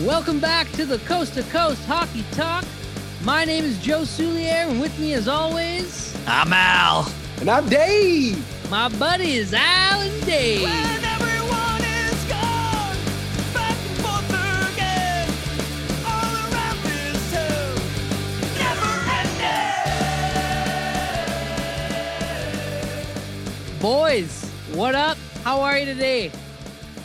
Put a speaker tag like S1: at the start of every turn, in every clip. S1: Welcome back to the Coast to Coast Hockey Talk. My name is Joe Soulier, and with me, as always,
S2: I'm Al.
S3: And I'm Dave.
S1: my buddy is Alan Day.
S4: When everyone is gone, back and forth again, all around this town, never ending.
S1: Boys, what up? How are you today?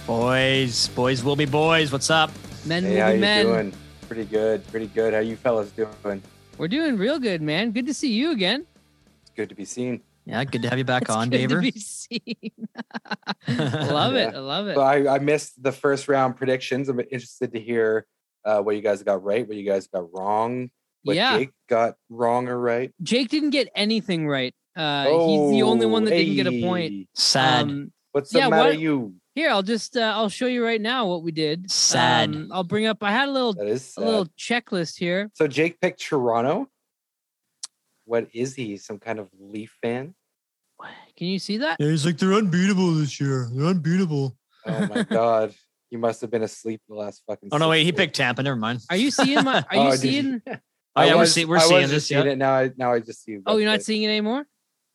S2: Boys, boys will be boys. What's up?
S1: Men
S3: Hey,
S1: will
S3: how
S1: be
S3: you
S1: men.
S3: doing? Pretty good, pretty good. How you fellas doing?
S1: We're doing real good, man. Good to see you again.
S3: It's good to be seen.
S2: Yeah, good to have you back
S1: It's
S2: on,
S1: good to
S2: Daver.
S1: be seen. love it. I love it.
S3: Well, I, I missed the first round predictions. I'm interested to hear uh, what you guys got right, what you guys got wrong, what
S1: yeah, Jake.
S3: Jake got wrong or right.
S1: didn't get anything right. Uh, he's the only one that didn't get a point.
S3: Oh, hey.
S2: Sad.
S1: Um,
S3: What's the
S1: Yeah,
S3: matter,
S1: what-
S3: you?
S1: here, I'll just uh, I'll show you right now what we did.
S2: Sad.
S1: Um, I'll bring up. I had a little
S3: That is
S1: a
S3: sad.
S1: little checklist here.
S3: So Jake picked Toronto. What is he? Some kind of Leaf fan?
S1: Can you see that?
S2: yeah, he's like they're unbeatable this year. They're unbeatable.
S3: Oh my god, he must have been asleep the last fucking.
S2: Oh no,
S3: six
S2: wait, he
S3: days.
S2: picked Tampa. Never mind.
S1: Are you seeing my? Are you
S3: Oh, did you-
S1: seeing?
S2: Oh
S3: I
S2: yeah, we're,
S3: was-
S2: see-
S3: I
S2: we're
S3: was
S2: seeing
S3: just
S2: this.
S3: seeing
S2: Yeah.
S3: it now. I now I just see.
S1: Oh, you're
S3: that's
S1: not
S3: it.
S1: seeing it anymore.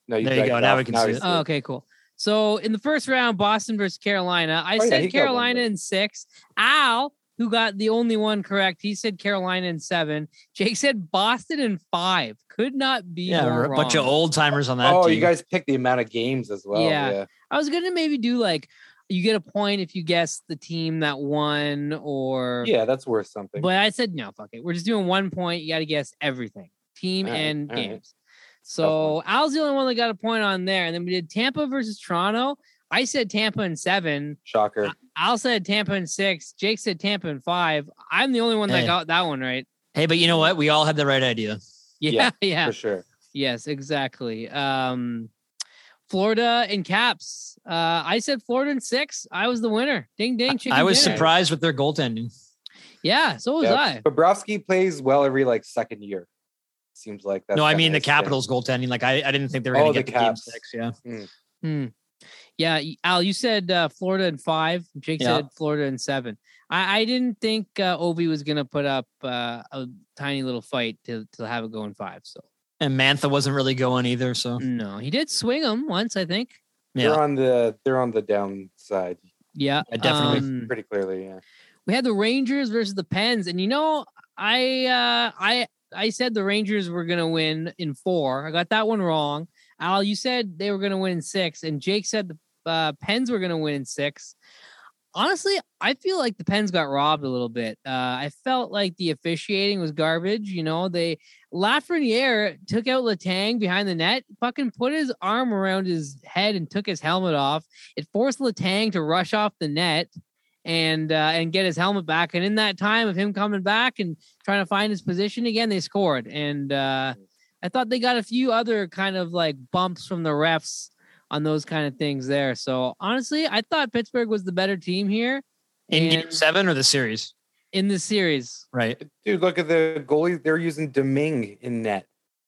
S3: No,
S2: There you
S3: dragged
S2: go,
S3: it
S2: now
S3: off.
S2: we can
S3: I
S2: see it.
S3: it.
S1: Oh, okay, cool. So in the first round, Boston versus Carolina, I
S3: Oh, yeah,
S1: said
S3: he got one
S1: Carolina
S3: right.
S1: in six. Al, who got the only one correct, he said Carolina in seven. Jake said Boston in five. Could not be
S2: Yeah,
S1: more
S2: we're a bunch of
S1: wrong.
S2: old timers on that.
S3: Oh,
S2: team.
S3: you guys picked the amount of games as well.
S1: Yeah.
S3: Yeah.
S1: I was gonna maybe do like you get a point if you guess the team that won, or
S3: Yeah, that's worth something.
S1: But I said no, fuck it. We're just doing one point. You got to guess everything, team
S3: All right,
S1: and
S3: all right.
S1: games. So Al's the only one that got a point on there. And then we did Tampa versus Toronto. I said Tampa in seven.
S3: Shocker.
S1: Al said Tampa in six. Jake said Tampa in five. I'm the only one that
S2: Hey.
S1: got that one right.
S2: Hey, but you know what? We all had the right idea.
S1: Yeah, yeah.
S3: for sure.
S1: Yes, exactly. Um, Florida in caps. Uh, I said Florida in six. I was the winner. Ding ding. Chicken
S2: I was
S1: dinner.
S2: surprised with their goaltending.
S1: Yeah, so was
S3: Yep.
S1: I.
S3: Bobrovsky plays well every like second year. Seems like that.
S2: no, I mean the Capitals goaltending. Like I, I didn't think they were
S3: Oh,
S2: going to
S3: the
S2: get the game
S3: Caps.
S2: six. Yeah,
S1: Hmm. Yeah, y- Al, you said uh, Florida in five. Jake
S2: Yeah.
S1: said Florida in seven. I, I didn't think uh, Ovi was gonna put up uh, a tiny little fight to to have it go in five. So
S2: and Mantha wasn't really going either. So
S1: no, he did swing him once, I think.
S2: yeah,
S3: They're on the they're on the downside
S1: Yeah,
S2: Yeah, definitely.
S1: um,
S3: pretty clearly. Yeah.
S1: we had the Rangers versus the Pens, and you know, I uh, I I said the Rangers were gonna win in four. I got that one wrong. Al, you said they were gonna win in six, and Jake said the uh, Pens were gonna win in six. Honestly, I feel like the Pens got robbed a little bit. Uh, I felt like the officiating was garbage. You know, they Lafreniere took out Latang behind the net, fucking put his arm around his head and took his helmet off. It forced Latang to rush off the net and uh, and get his helmet back. And in that time of him coming back and trying to find his position again, they scored. And uh, I thought they got a few other kind of like bumps from the refs on those kind of things there. So honestly, I thought Pittsburgh was the better team here
S2: in game
S1: and-
S2: seven or the series,
S1: in this series.
S2: right?
S3: Dude, look at the goalie. They're using Deming in net.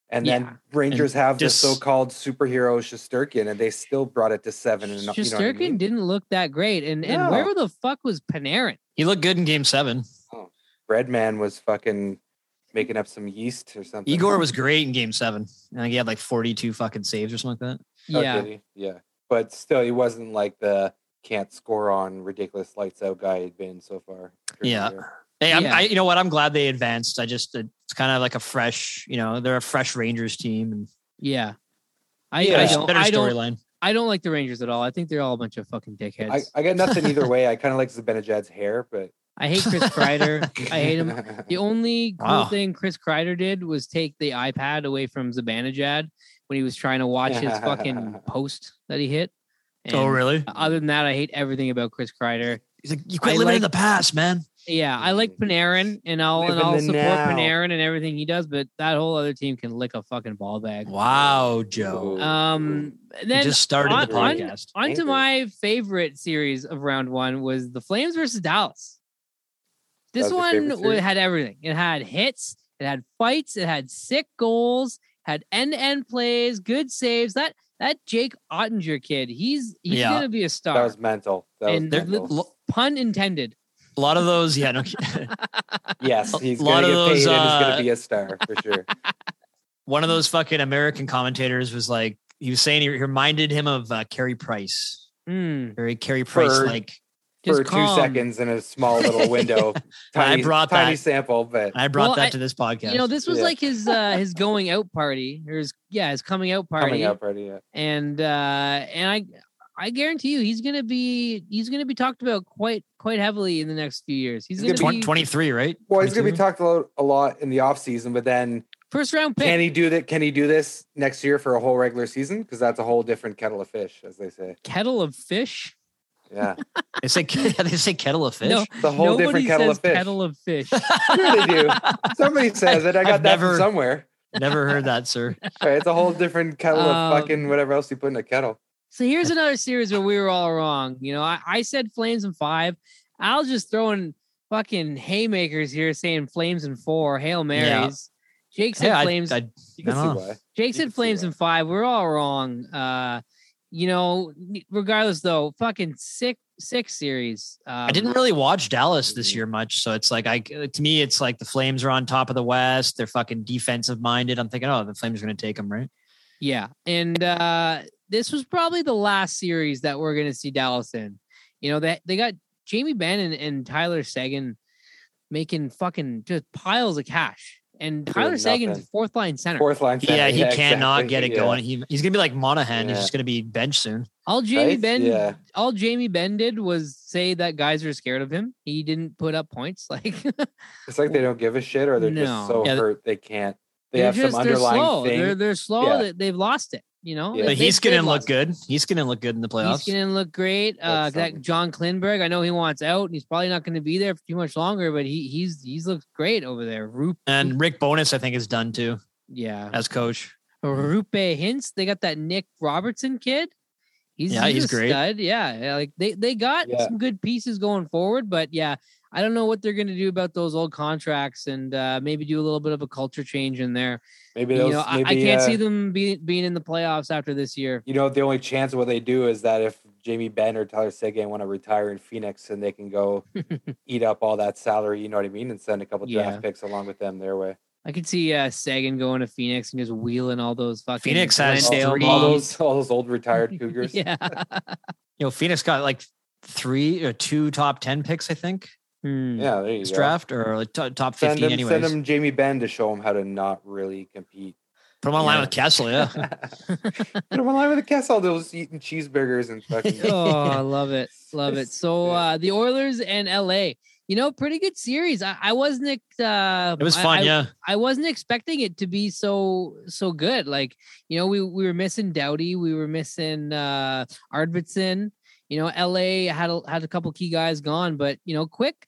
S3: And
S1: Yeah.
S3: then Rangers have
S2: just-
S3: the so-called superhero Shosturkin, and they still brought it to seven. And you know what I
S1: Shusterkin
S3: mean?
S1: didn't look that great. And and where
S3: No.
S1: the fuck was Panarin?
S2: He looked good in game seven.
S3: Breadman was fucking making up some yeast or something.
S2: Igor was great in game seven. I think he had like 42 fucking saves or something like that.
S3: Oh,
S1: yeah.
S3: did he? yeah, but still, he wasn't like the can't score on ridiculous lights out guy he'd been so far. during the
S2: Yeah.
S3: year.
S2: Hey, I'm,
S1: Yeah.
S2: I, you know what? I'm glad they advanced. I just, it's kind of like a fresh, you know, they're a fresh Rangers team and
S1: Yeah. I,
S3: Yeah.
S1: I
S2: better-
S1: don't
S2: better
S1: I don't
S2: storyline.
S1: I don't like the Rangers at all. I think they're all a bunch of fucking dickheads. I,
S3: I, I got nothing either way. I kind of like Zibanejad's hair, but
S1: hate Chris Kreider. I hate him. The only cool
S2: Wow.
S1: thing Chris Kreider did was take the iPad away from Zabanajad when he was trying to watch his fucking post that he hit.
S2: Oh,
S1: And uh,
S2: really?
S1: Other than that, I hate everything about Chris Kreider.
S2: He's like, you
S1: I
S2: quit living in
S1: like-
S2: the past, man.
S1: Yeah, I like
S3: Mm.
S1: Panarin and I'll
S3: Live
S1: and
S3: in
S1: I'll
S3: the
S1: support
S3: now.
S1: Panarin and everything he does, but that whole other team can lick a fucking ball bag.
S2: Wow, Joe.
S3: Ooh.
S1: Um and
S2: He
S1: then
S2: just started
S1: on-
S2: the
S1: on-
S2: podcast.
S1: on to
S3: Angry.
S1: my favorite series of round one was the Flames versus Dallas. This
S3: was your
S1: one
S3: favorite
S1: wa-
S3: series?
S1: had everything. It had hits, it had fights, it had sick goals, had end to end plays, good saves. That that Jake Ottinger kid, he's he's
S2: Yeah.
S1: gonna be a star.
S3: that was mental. That was
S1: and they're
S3: mental.
S1: li- pun intended.
S2: A lot of those, yeah, no,
S3: Yes, he's
S2: lot
S3: going to
S2: of
S3: get
S2: those,
S3: paid and he's going
S2: uh,
S3: to be a star for sure.
S2: one of those fucking American commentators was like, he was saying he reminded him of uh, Carey Price,
S1: Mm,
S2: very Carey Price like.
S1: just
S3: for
S1: calm.
S3: two seconds in a small little window. tiny,
S2: brought
S3: tiny
S2: that.
S3: sample, but
S2: I brought
S1: Well,
S2: that
S1: I-
S2: to this podcast.
S1: You know, this was
S3: Yeah.
S1: like his uh his going out party or his yeah, his coming out party.
S3: coming up already. Yeah.
S1: And uh and I I guarantee you he's gonna be he's gonna be talked about quite quite heavily in the next few years. He's,
S3: He's
S1: gonna,
S3: gonna
S1: be
S2: Twen- 23, right?
S3: Well, he's going
S2: 22?
S3: to be talked a lot, a lot in the offseason, but then
S1: first round pick.
S3: can he do that? Can he do this next year for a whole regular season? Because that's a whole different kettle of fish, as they say.
S1: Kettle of fish.
S3: Yeah,
S2: They say, they say kettle of fish.
S1: No,
S3: it's a whole different kettle
S1: says
S3: of fish.
S1: Kettle of fish.
S3: Sure they do. Somebody says it. I got
S2: I've
S3: that
S2: never-
S3: from somewhere.
S2: Never heard that, sir.
S3: All right, it's a whole different kettle
S1: Um,
S3: of fucking whatever else you put in a kettle.
S1: So here's another series where we were all wrong. You know, I, I said flames and five. Al's just throwing fucking haymakers here, saying flames and four, hail marys. Jake said
S2: Yeah, I-
S1: flames.
S2: I,
S3: You
S2: I
S3: can see
S2: don't know.
S3: why.
S1: Jake
S3: You can
S1: said
S3: see
S1: Flames
S3: why.
S1: and Five. We're all wrong. Uh, you know, regardless though, fucking sick, sick series. Um,
S2: I didn't really watch Dallas this year much, so it's like I to me it's like the Flames are on top of the West. They're fucking defensive minded. I'm thinking, oh, the Flames are going to take them, right?
S1: Yeah, and uh, this was probably the last series that we're gonna see Dallas in. You know that they, got Jamie Benn and, and Tyler Sagan making fucking just piles of cash, and
S3: Doing
S1: Tyler Sagan's
S3: nothing.
S1: fourth line center.
S3: Fourth line. Center.
S2: yeah, he cannot
S3: exactly.
S2: get it
S3: Yeah.
S2: going. He, he's going to be like Monahan. He's
S3: Yeah.
S2: just going to be bench soon.
S1: All Jamie
S3: Right?
S1: Benn,
S3: Yeah.
S1: all Jamie Benn did was say that guys are scared of him. He didn't put up points. Like
S3: It's like they don't give a shit, or they're
S1: No.
S3: just so
S2: Yeah, th-
S3: hurt they can't. They
S1: They're
S3: have
S1: just-
S3: some underlying
S1: they're slow.
S3: thing.
S1: They're they're slow.
S3: Yeah.
S1: They, they've lost it. You know,
S3: Yeah.
S1: They-
S2: But he's
S1: they've-
S2: going to
S1: they've
S2: look
S1: lost it.
S2: good. He's going to look good in the playoffs.
S1: He's going to look great. Uh,
S3: That's
S1: that
S3: something.
S1: John Klinberg, I know he wants out, and he's probably not going to be there for too much longer. But he he's he's looked great over there. Rupe,
S2: and Rick Bonus, I think, is done too
S1: yeah,
S2: as coach.
S1: Rupe Hints. They got that Nick Robertson kid. He's
S2: Yeah, he's
S1: a
S2: great.
S1: Stud. Yeah, yeah, like they they got
S3: Yeah.
S1: some good pieces going forward. But yeah, I don't know what they're going to do about those old contracts, and uh, maybe do a little bit of a culture change in there.
S3: maybe
S1: You
S3: those.
S1: know, I,
S3: maybe,
S1: I can't
S3: uh,
S1: see them being being in the playoffs after this year.
S3: You know, the only chance of what they do is that if Jamie Benn or Tyler Seguin want to retire in Phoenix, and they can go eat up all that salary. You know what I mean? And send a couple
S1: Yeah.
S3: draft picks along with them their way.
S1: I could see uh, Sagan going to Phoenix and just wheeling all those fucking
S2: Phoenix has
S1: Glendale
S2: three-
S3: all
S1: balls.
S3: those, all those old retired Cougars.
S1: yeah.
S2: You know, Phoenix got like three or two top 10 picks, I think,
S1: Hmm.
S3: Yeah, there you
S2: this
S3: go.
S2: draft or like, to- top 15,
S3: Send him,
S2: anyways.
S3: send him Jamie Benn to show him how to not really compete.
S2: Put him on line
S3: Yeah.
S2: with Kessel. Yeah.
S3: Put him online with a Kessel. They'll just eating cheeseburgers and fucking.
S1: Oh, I love it. Love it.
S3: It's-
S1: So uh, the Oilers and LA, you know, pretty good series. I, I wasn't ex- uh,
S2: it was
S1: I-
S2: fun.
S1: I,
S2: yeah.
S1: I wasn't expecting it to be so so good. Like, you know, we we were missing Doughty, we were missing uh Arvidsson. You know, LA had a, had a couple key guys gone, but you know, quick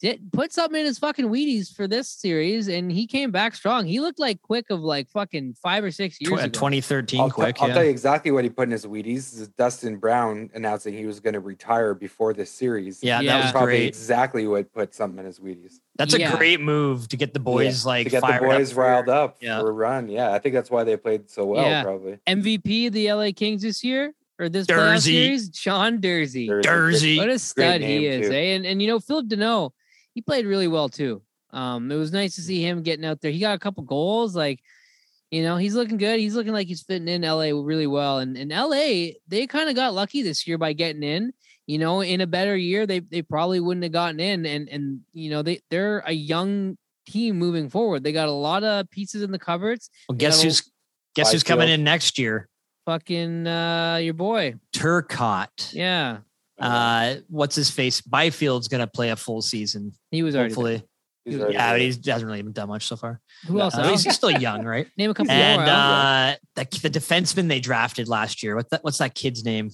S1: did put something in his fucking Wheaties for this series, and he came back strong. He looked like quick of like fucking five or six years
S2: Tw-
S1: ago.
S2: 2013
S3: I'll,
S2: quick.
S3: will
S2: yeah.
S3: tell you exactly what he put in his Wheaties. This is Dustin Brown announcing he was going to retire before this series.
S2: yeah,
S1: Yeah.
S2: that was
S3: probably
S2: great.
S3: exactly what put something in his Wheaties.
S2: That's a
S1: Yeah.
S2: great move to get the boys like
S3: to get the
S2: fired
S3: boys
S2: up.
S3: riled up
S2: Yeah.
S3: for a run. Yeah, I think that's why they played so well.
S1: Yeah.
S3: Probably.
S1: MVP of the LA Kings this year or this playoff
S2: Dursey.
S1: series, Sean Dursey.
S2: Jersey.
S1: What a stud he
S3: name,
S1: is,
S3: too.
S1: eh? And and you know, Philip Deneau, he played really well too. Um, it was nice to see him getting out there. He got a couple goals, like you know, he's looking good. He's looking like he's fitting in LA really well. And and LA, they kind of got lucky this year by getting in. You know, in a better year, they they probably wouldn't have gotten in. And and you know, they they're a young team moving forward. They got a lot of pieces in the cupboards.
S2: Well, guess
S1: know,
S2: who's guess who's coming
S3: Byfield.
S2: in next year?
S1: Fucking uh your boy.
S2: Turcotte.
S1: Yeah.
S2: Uh, what's his face? Byfield's gonna play a full season,
S1: He was already. there.
S2: hopefully.
S3: He's
S1: Yeah,
S3: already
S2: Yeah, but
S3: there.
S2: he hasn't really done much so far.
S1: Who else?
S2: Uh,
S1: Al?
S2: he's he's still young, right?
S1: Name a couple
S2: and
S1: more. Al.
S2: uh, the, the defenseman they drafted last year. What that, what's that kid's name?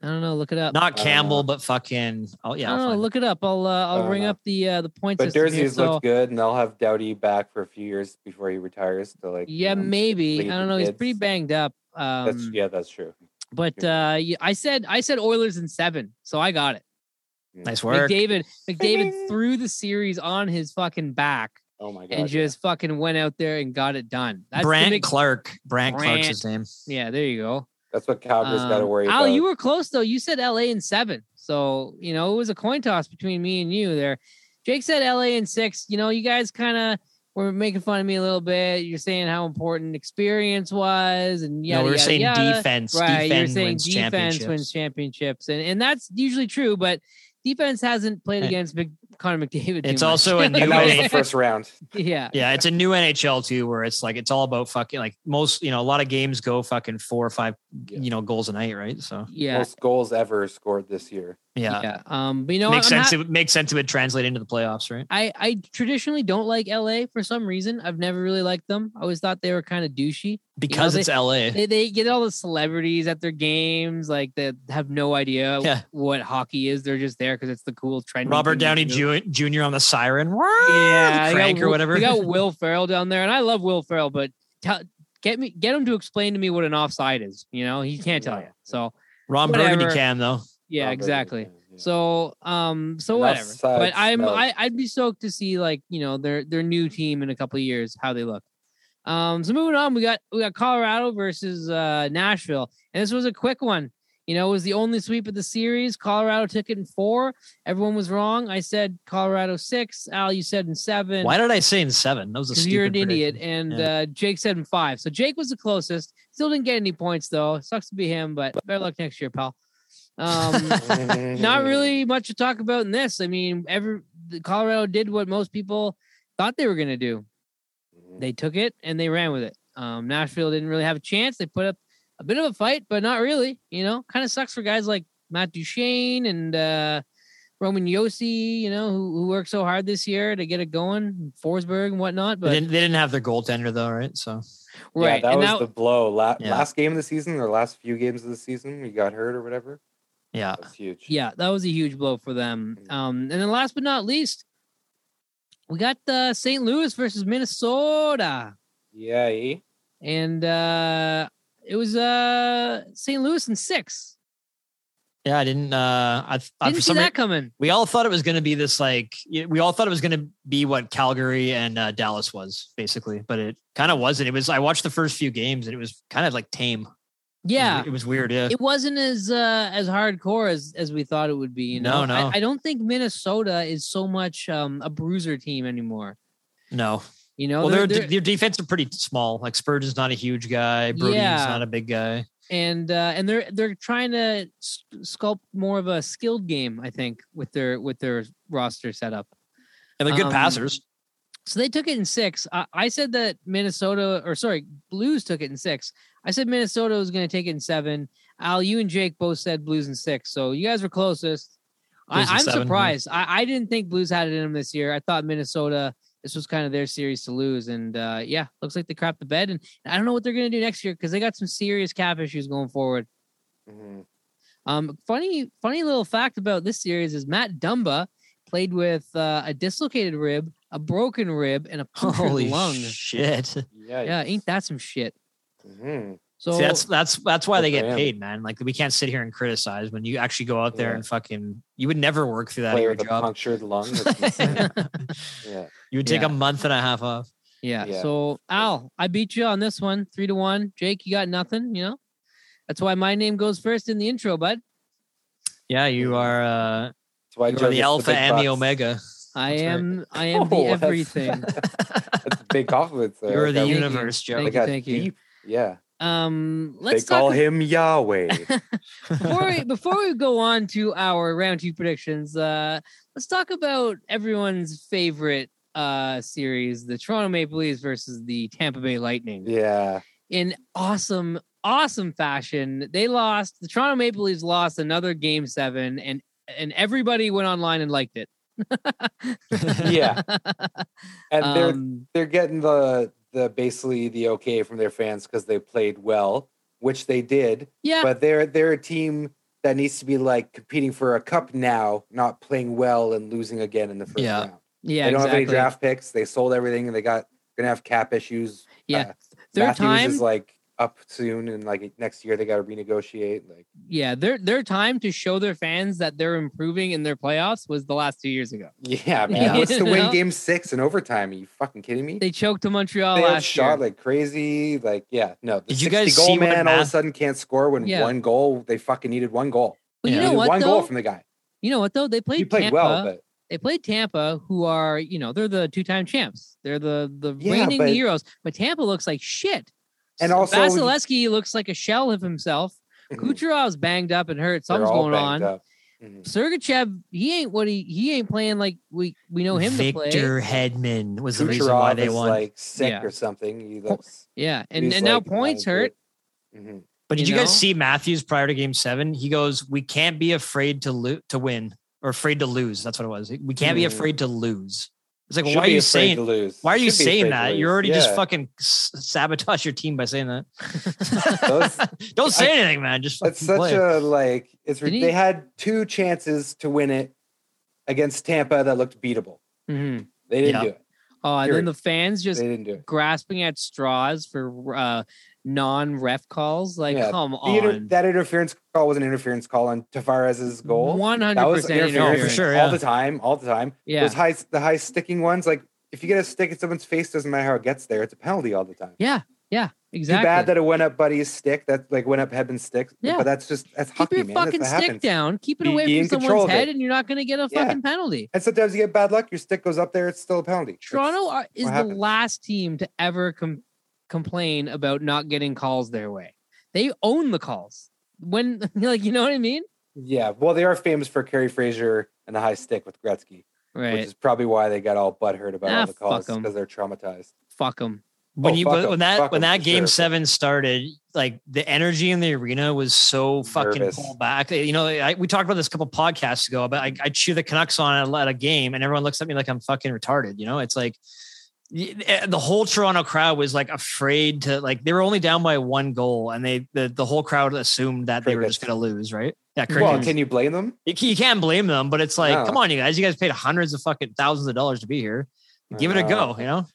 S1: I don't know. Look it up.
S2: Not
S3: I don't
S2: Campbell,
S3: know.
S2: but fucking. Oh yeah,
S1: I
S2: I'll
S1: don't know.
S2: find it.
S1: Uh, Look it up. I'll uh,
S3: I
S1: I'll
S3: don't
S1: bring
S3: know.
S1: up the uh, the point
S3: But
S1: system. here.
S3: Dursey's
S1: So,
S3: looked good, and they'll have Doughty back for a few years before he retires. To like,
S1: yeah,
S3: you know,
S1: maybe. I
S3: lead the
S1: don't know. He's
S3: kids.
S1: pretty banged up. Um,
S3: That's yeah, that's true.
S1: But uh, yeah, I said I said Oilers in seven, so I got it.
S2: Nice work.
S1: McDavid McDavid threw the series on his fucking back
S3: Oh my god.
S1: and just fucking went out there and got it done. That's the
S2: Brant
S1: big-
S2: Clark. Brant, Clark's his name.
S1: yeah, there you go.
S3: That's what Calgary's got to
S1: Um,
S3: worry
S1: Al,
S3: about.
S1: you were close though. You said L.A. in seven, So, you know, it was a coin toss between me and you there. Jake said LA in six. You know, you guys kind of were making fun of me a little bit. You're saying how important experience was, and yeah,
S2: no, we were
S1: yada,
S2: saying
S1: yada.
S2: defense.
S1: Right,
S2: defense
S1: you're saying
S2: wins
S1: defense
S2: championships.
S1: wins championships, and and that's usually true. But defense hasn't played
S2: Eh.
S1: against Mc, Connor McDavid. too
S2: It's
S1: much.
S2: also a
S3: And
S2: new
S3: that was
S2: way.
S3: the first round.
S1: yeah,
S2: Yeah, it's a new NHL too, where it's like it's all about fucking like most, you know, a lot of games go fucking four or five, you know, goals a night, right? So
S1: yeah,
S3: Most goals ever scored this year.
S2: yeah,
S1: yeah. Um, but you know,
S2: makes
S1: I'm
S2: sense.
S1: not-
S2: it would- makes sense. It would translate into the playoffs, right?
S1: I I traditionally don't like LA for some reason. I've never really liked them. I always thought they were kind of douchey.
S2: Because
S1: they-
S2: it's LA.
S1: They they get all the celebrities at their games, like that have no idea
S2: Yeah.
S1: what hockey is. They're just there because it's the cool trend.
S2: Robert Downey Ju- Jr. on the siren,
S1: yeah, they got
S2: crank or
S1: Will-
S2: whatever.
S1: We got Will Ferrell down there, and I love Will Ferrell, but tell, get me get him to explain to me what an offside is. You know, he can't tell
S3: Yeah.
S1: you. So
S2: Ron
S1: whatever.
S2: Burgundy can though.
S1: yeah,
S3: Robert,
S1: exactly.
S3: yeah.
S1: So um, so
S3: An
S1: whatever.
S3: offside
S1: But I'm
S3: smells.
S1: I, I'd be stoked to see like you know their their new team in a couple of years how they look. Um, so moving on, we got we got Colorado versus uh, Nashville, and this was a quick one. You know, it was the only sweep of the series. Colorado took it in four. Everyone was wrong. I said Colorado six. Al, you said in seven.
S2: Why did I say in seven? That was a
S1: Because
S2: stupid
S1: you're an idiot.
S2: prediction.
S1: And
S2: Yeah.
S1: uh, Jake said in five. So Jake was the closest. Still didn't get any points though. Sucks to be him, but better luck next year, pal. Um, not really much to talk about in this. I mean, every the Colorado did what most people thought they were going to do. They took it and they ran with it. Um, Nashville didn't really have a chance. They put up a bit of a fight, but not really. You know, kind of sucks for guys like Matt Duchene and uh, Roman Yossi. You know, who, who worked so hard this year to get it going, Forsberg and whatnot.
S2: They
S1: But
S2: didn't, they didn't have their goaltender though, right? So
S1: right,
S3: Yeah, that
S1: and
S3: was
S1: that,
S3: the blow. La-
S2: Yeah.
S3: Last game of the season or last few games of the season, we got hurt or whatever.
S2: yeah,
S3: That's huge.
S1: Uh, yeah, that was a huge blow for them.
S3: Mm.
S1: Um, and then last but not least, we got uh, St. Louis versus Minnesota.
S3: Yeah. eh?
S1: and uh it was uh St. Louis in six.
S2: yeah. I didn't. Uh, I, I
S1: Didn't
S2: for
S1: see
S2: some reason,
S1: that coming.
S2: we all thought it was going to be this like y- we all thought it was going to be what Calgary and uh, Dallas was basically, but it kind of wasn't. It was. I watched the first few games and it was kind of like tame. It was we-
S1: Yeah,
S2: it was weird. Yeah,
S1: it wasn't as uh as hardcore as as we thought it would be. You know,
S2: No, no.
S1: I, I don't think Minnesota is so much um a bruiser team anymore.
S2: no.
S1: You know,
S2: Well,
S1: they're-
S2: their
S1: they're-
S2: their defense are pretty small. Like Spurgeon's not a huge guy. Brody's
S1: Yeah.
S2: not a big guy.
S1: and uh and they're they're trying to s- sculpt more of a skilled game. I think with their with their roster setup.
S2: And they're good
S1: Um,
S2: passers.
S1: So they took it in six. I, I said that Minnesota, or sorry, Blues took it in six. I said Minnesota was going to take it in seven. Al, you and Jake both said Blues in six. So you guys were closest.
S2: Blues in
S1: I, I'm
S2: seven, yeah.
S1: surprised. I, I didn't think Blues had it in them this year. I thought Minnesota, this was kind of their series to lose. And uh, yeah, looks like they crapped the bed. And I don't know what they're going to do next year because they got some serious cap issues going forward.
S3: Mhm.
S1: Um, funny, funny little fact about this series is Matt Dumba played with uh, a dislocated rib, a broken rib, and a punctured
S2: Holy
S1: lung.
S2: shit!
S3: Yeah.
S1: yeah, ain't that some shit?
S3: Mhm.
S1: So
S2: See, that's that's that's why
S3: Good
S2: they
S3: for
S2: get
S3: him.
S2: paid, man. Like we can't sit here and criticize when you actually go out there
S3: Yeah.
S2: and fucking. You would never work through that at
S3: Player
S2: your
S3: with a
S2: job.
S3: punctured lung. That's insane. yeah.
S2: You would take
S1: Yeah.
S2: a month and a half off.
S1: yeah,
S3: yeah.
S1: So Al, I beat you on this one, three to one. Jake, you got nothing. You know, that's why my name goes first in the intro, bud.
S2: Yeah, you
S3: Yeah.
S2: are. Uh,
S3: That's why
S2: you
S3: Joe
S2: are
S3: gets
S2: the alpha
S3: big
S2: and the
S3: bucks.
S2: omega.
S1: I
S2: That's right.
S1: am, I am
S3: Oh,
S1: the
S3: that's-
S1: everything.
S3: That's a big compliments. there.
S2: You're
S3: Like,
S2: the
S3: I-
S1: you.
S2: universe, Joe.
S3: I
S1: Thank you,
S3: got
S1: thank you.
S3: deep. Yeah.
S1: Um,
S3: They
S1: let's
S3: call
S1: talk
S3: him Yahweh.
S1: before we, before we go on to our round two predictions, uh, let's talk about everyone's favorite uh series, the Toronto Maple Leafs versus the Tampa Bay Lightning.
S3: yeah.
S1: In awesome, awesome fashion, they lost. The Toronto Maple Leafs lost another Game Seven, and and everybody went online and liked it.
S3: Yeah. And they're
S1: Um,
S3: they're getting the the basically the okay from their fans because they played well, which they did.
S1: yeah,
S3: But they're they're a team that needs to be like competing for a cup now, not playing well and losing again in the first
S2: Yeah.
S3: round.
S1: yeah,
S3: they don't have
S1: exactly.
S3: any draft picks. They sold everything and they got gonna have cap issues.
S1: Yeah.
S3: Uh,
S1: Their
S3: Matthews
S1: time-
S3: is like up soon and like next year they gotta renegotiate. Like
S1: yeah, their their time to show their fans that they're improving in their playoffs was the last two years ago.
S3: yeah, man.
S2: Yeah.
S3: What's
S1: You
S3: to win
S1: know?
S3: game six in overtime? Are you fucking kidding me?
S1: They choked to Montreal
S3: they
S1: last year.
S3: shot like crazy. Like, yeah, no. The
S2: Did you
S3: 60
S2: guys
S3: goal
S2: see what
S3: man all of a
S2: Math-
S3: sudden can't score when
S1: Yeah.
S3: one goal they fucking needed one goal.
S1: Well,
S2: Yeah.
S1: you know
S3: Needed
S1: what
S3: one
S1: though?
S3: goal from the guy.
S1: You know what though? They played.
S3: He played
S1: Tampa.
S3: well, but
S1: they played Tampa, who are you know they're the two-time champs. They're the the
S3: Yeah,
S1: reigning
S3: but-
S1: heroes. But Tampa looks like shit.
S3: And
S1: So
S3: also-
S1: Vasilevsky looks like a shell of himself. Kucherov's banged up and hurt.
S3: they're
S1: Something's
S3: all
S1: going on.
S3: banged up.
S2: Mm-hmm.
S3: Mhm.
S1: Sergachev, he ain't what he he ain't playing like we we know him to play.
S2: Victor Hedman was the reason
S3: Kucherov
S2: why they
S3: is,
S2: won.
S3: like sick
S1: Yeah.
S3: or something. He looks,
S1: Yeah, and
S3: he's,
S1: and now
S3: like, oh,
S1: points
S3: not
S1: hurt.
S3: good. Mhm.
S2: but did
S1: you
S2: you,
S1: know?
S2: guys see Matthews prior to Game Seven? He goes, "We can't be afraid to lo- to win or afraid to lose." That's what it was. We can't be
S3: Hmm.
S2: afraid to lose. It's like,
S3: Should
S2: why are
S3: be
S2: you
S3: afraid
S2: saying?
S3: to lose.
S2: Why are you
S3: Should be
S2: saying
S3: afraid to
S2: that? You're
S3: lose.
S2: already just
S3: Yeah.
S2: fucking s- sabotage your team by saying that.
S3: Those-
S2: Don't say anything, man. Just
S3: That's
S2: fucking
S3: such
S2: play.
S3: a like. It's
S1: Didn't
S3: re-
S1: he-
S3: they had two chances to win it against Tampa that looked beatable.
S1: Mhm.
S3: They didn't
S2: Yeah.
S3: do it.
S1: Oh, and then
S3: Period.
S1: the fans just
S3: They didn't do it.
S1: grasping at straws for uh non-ref calls. Like,
S3: Yeah,
S1: come
S3: The inter-
S1: on,
S3: that interference call was an interference call on Tavares's goal.
S1: one
S3: that
S1: hundred
S3: was
S1: percent
S3: interference,
S2: interference.
S1: interference.
S2: For sure,
S3: all
S2: yeah.
S3: the time, all the time.
S1: Yeah,
S3: Those high, the high sticking ones, like if you get a stick in someone's face, doesn't matter how it gets there, it's a penalty all the time.
S1: Yeah, yeah, exactly.
S3: Too bad that it went up Buddy's stick. That like went up Hedman's stick.
S1: Yeah.
S3: but that's just that's
S1: Keep
S3: hockey,
S1: your
S3: man. That's
S1: fucking
S3: what
S1: stick
S3: happens.
S1: down. Keep it
S3: Be-
S1: away
S3: be in
S1: from
S3: control
S1: someone's
S3: of
S1: head,
S3: it.
S1: and you're not going to get a
S3: Yeah.
S1: fucking penalty.
S3: And sometimes you get bad luck. Your stick goes up there. It's still a penalty. It's-
S1: Toronto are, is the
S3: happens.
S1: last team to ever com- complain about not getting calls their way. They own the calls. When, like, you know what I mean?
S3: yeah. Well, they are famous for Kerry Frazier and the high stick with Gretzky, which
S1: Right.
S3: is probably why they got all butthurt about
S1: Ah,
S3: all the calls
S1: fuck 'em.
S3: because they're traumatized.
S1: Fuck them.
S2: when
S3: Oh,
S2: you
S3: fuck
S2: when
S3: 'em,
S2: that
S3: fuck
S2: when
S3: 'em,
S2: that
S3: for
S2: game
S3: sure.
S2: seven started, like the energy in the arena was so fucking
S3: Nervous.
S2: pulled back. You know, I, we talked about this a couple podcasts ago, but I, I cheer the Canucks on at a game, and everyone looks at me like I'm fucking retarded. You know, it's like y- eh, the whole Toronto crowd was like afraid to like they were only down by one goal, and they the, the whole crowd assumed that they were
S3: Crickets.
S2: just gonna lose, right? Yeah,
S3: Well,
S2: crickets.
S3: can you blame them?
S2: you, c- you can't blame them, but it's like,
S3: No.
S2: come on, you guys, you guys paid hundreds of fucking thousands of dollars to be here.
S3: I
S2: Give it a
S3: know.
S2: go, you know.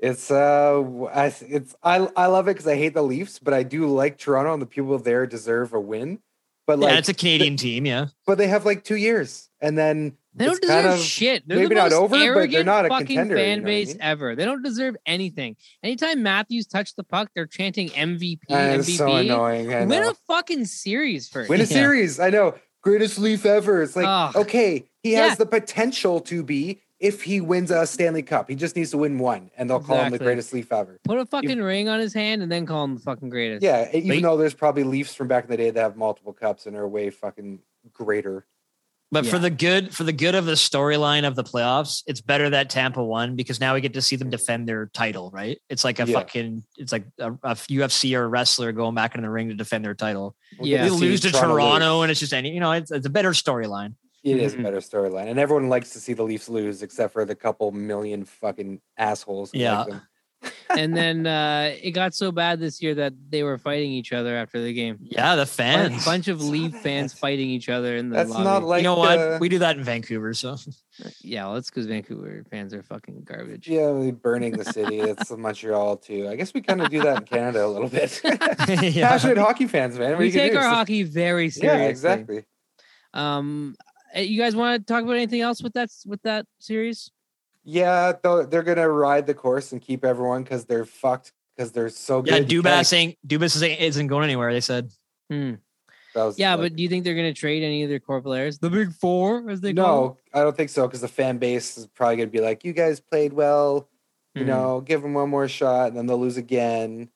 S3: It's uh, I it's I I love it because I hate the Leafs, but I do like Toronto and the people there deserve a win. But like,
S2: yeah, it's a Canadian team, yeah.
S3: but they have like two years, and then
S1: They don't
S3: It's
S1: deserve
S3: kind of-
S1: shit. They're
S3: maybe
S1: the
S3: not
S1: most
S3: over, but they're
S1: arrogant
S3: not a
S1: fucking
S3: contender, you know
S1: fan
S3: what I
S1: base
S3: mean?
S1: ever. They don't deserve anything. Anytime Matthews touched the puck, they're chanting MVP, MVP.
S3: and uh, it's so annoying. I
S1: Win
S3: know.
S1: a fucking series first.
S3: Win a
S2: Yeah.
S3: series. I know. Greatest Leaf ever. It's like,
S1: Ugh.
S3: okay, he
S1: Yeah.
S3: has the potential to be if he wins a Stanley Cup. He just needs to win one, and they'll call him the
S1: Exactly.
S3: greatest Leaf ever.
S1: Put a fucking ring on his hand and then call him the fucking greatest.
S3: Yeah, e, even
S2: Wait.
S3: though there's probably Leafs from back in the day that have multiple cups and are way fucking greater.
S2: But for
S1: Yeah.
S2: the good, for the good of the storyline of the playoffs, it's better that Tampa won because now we get to see them defend their title, right? It's like a
S3: Yeah.
S2: fucking, it's like a, a UFC or a wrestler going back in the ring to defend their title.
S3: We'll get
S1: Yeah.
S2: They
S3: see
S2: lose to Toronto,
S3: lose.
S2: and it's just any, you know, it's, it's a better storyline.
S3: It is
S1: Mhm.
S3: a better storyline, and everyone likes to see the Leafs lose, except for the couple million fucking assholes. who
S2: Yeah.
S3: like them.
S1: and then uh, it got so bad this year that they were fighting each other after the game.
S2: Yeah, the
S1: A
S2: fans.
S1: bunch of
S3: Stop
S1: Leaf
S3: it.
S1: fans fighting each other in the
S3: that's
S1: lobby.
S3: not like
S2: you know what?
S3: uh,
S2: we do that in Vancouver, so
S1: yeah, well, that's because Vancouver fans are fucking garbage.
S3: yeah, we're E burning the city. That's Montreal too. I guess we kind of do that in Canada a little bit.
S2: yeah.
S3: Passionate hockey fans, man. What
S1: we
S3: are you gonna
S1: take
S3: do?
S1: our
S3: So-
S1: hockey very
S3: Yeah,
S1: seriously.
S3: exactly.
S1: Um, eh, you guys want to talk about anything else with that with that series?
S3: Yeah, though they're gonna ride the course and keep everyone because they're fucked because they're so
S2: Yeah,
S3: good. You can't-
S2: Dubas ain't Dubas isn't, isn't going anywhere. They said
S1: Hmm.
S3: that was
S1: Yeah,
S3: like-
S1: but do you think they're going to trade any of their core players? The big four, as they call
S3: no, I don't think so because the fan base is probably gonna be like, "You guys played well, you
S2: Mm-hmm.
S1: Mhm.
S3: know, give them one more shot, and then they'll lose again,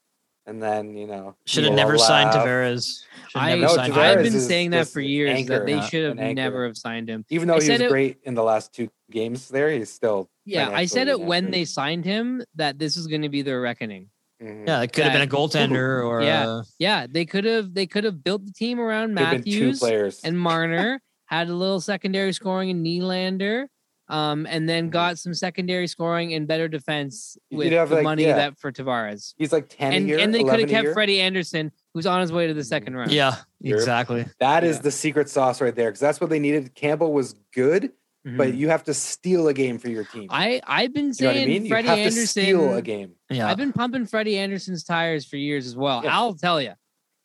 S3: and then you know."
S2: should have
S3: people
S2: never
S3: will
S2: signed
S3: laugh."
S2: Tavares. Should
S1: I,
S2: have never
S3: No,
S2: signed
S1: I've
S3: Tavares
S1: been
S3: is
S1: saying that
S3: just
S1: for years that
S3: anchor,
S1: they
S3: uh,
S1: should have
S3: an anchor.
S1: never have signed him.
S3: Even though
S1: I
S3: he
S1: said
S3: was
S1: it-
S3: great in the last two games, there he's still
S1: Yeah, I said it
S3: Financially,
S1: when
S3: yeah.
S1: they signed him that this was going to be their reckoning.
S3: mhm.
S2: Yeah, it could have
S1: Yeah.
S2: been a goaltender or
S1: Yeah.
S2: uh,
S1: Yeah, they could have they could have built the team around
S3: There've been two
S1: Matthews
S3: players.
S1: and Marner, had a little secondary scoring in Nylander, um, and then
S3: Mhm.
S1: got some secondary scoring and better defense
S3: You'd
S1: with
S3: have,
S1: the
S3: like,
S1: money
S3: yeah.
S1: that for Tavares.
S3: he's like ten
S1: And
S3: a year,
S1: and they could
S3: 11
S1: have
S3: a
S1: kept
S3: year. Mm-hmm.
S1: Freddie Anderson, who's on his way to the second round.
S2: yeah,
S3: Sure.
S2: exactly.
S3: That is
S1: Yeah.
S3: the secret sauce right there because that's what they needed. Campbell was good,
S1: Mhm.
S3: but
S2: Mm.
S3: you have to steal a game for your team.
S1: I I've been
S3: you know what I
S1: saying
S3: mean? You
S1: Freddie
S3: have to steal a
S1: Anderson.
S3: game.
S2: Yeah.
S1: I've been pumping Freddie Anderson's tires for years as well.
S3: Yeah.
S1: I'll tell you,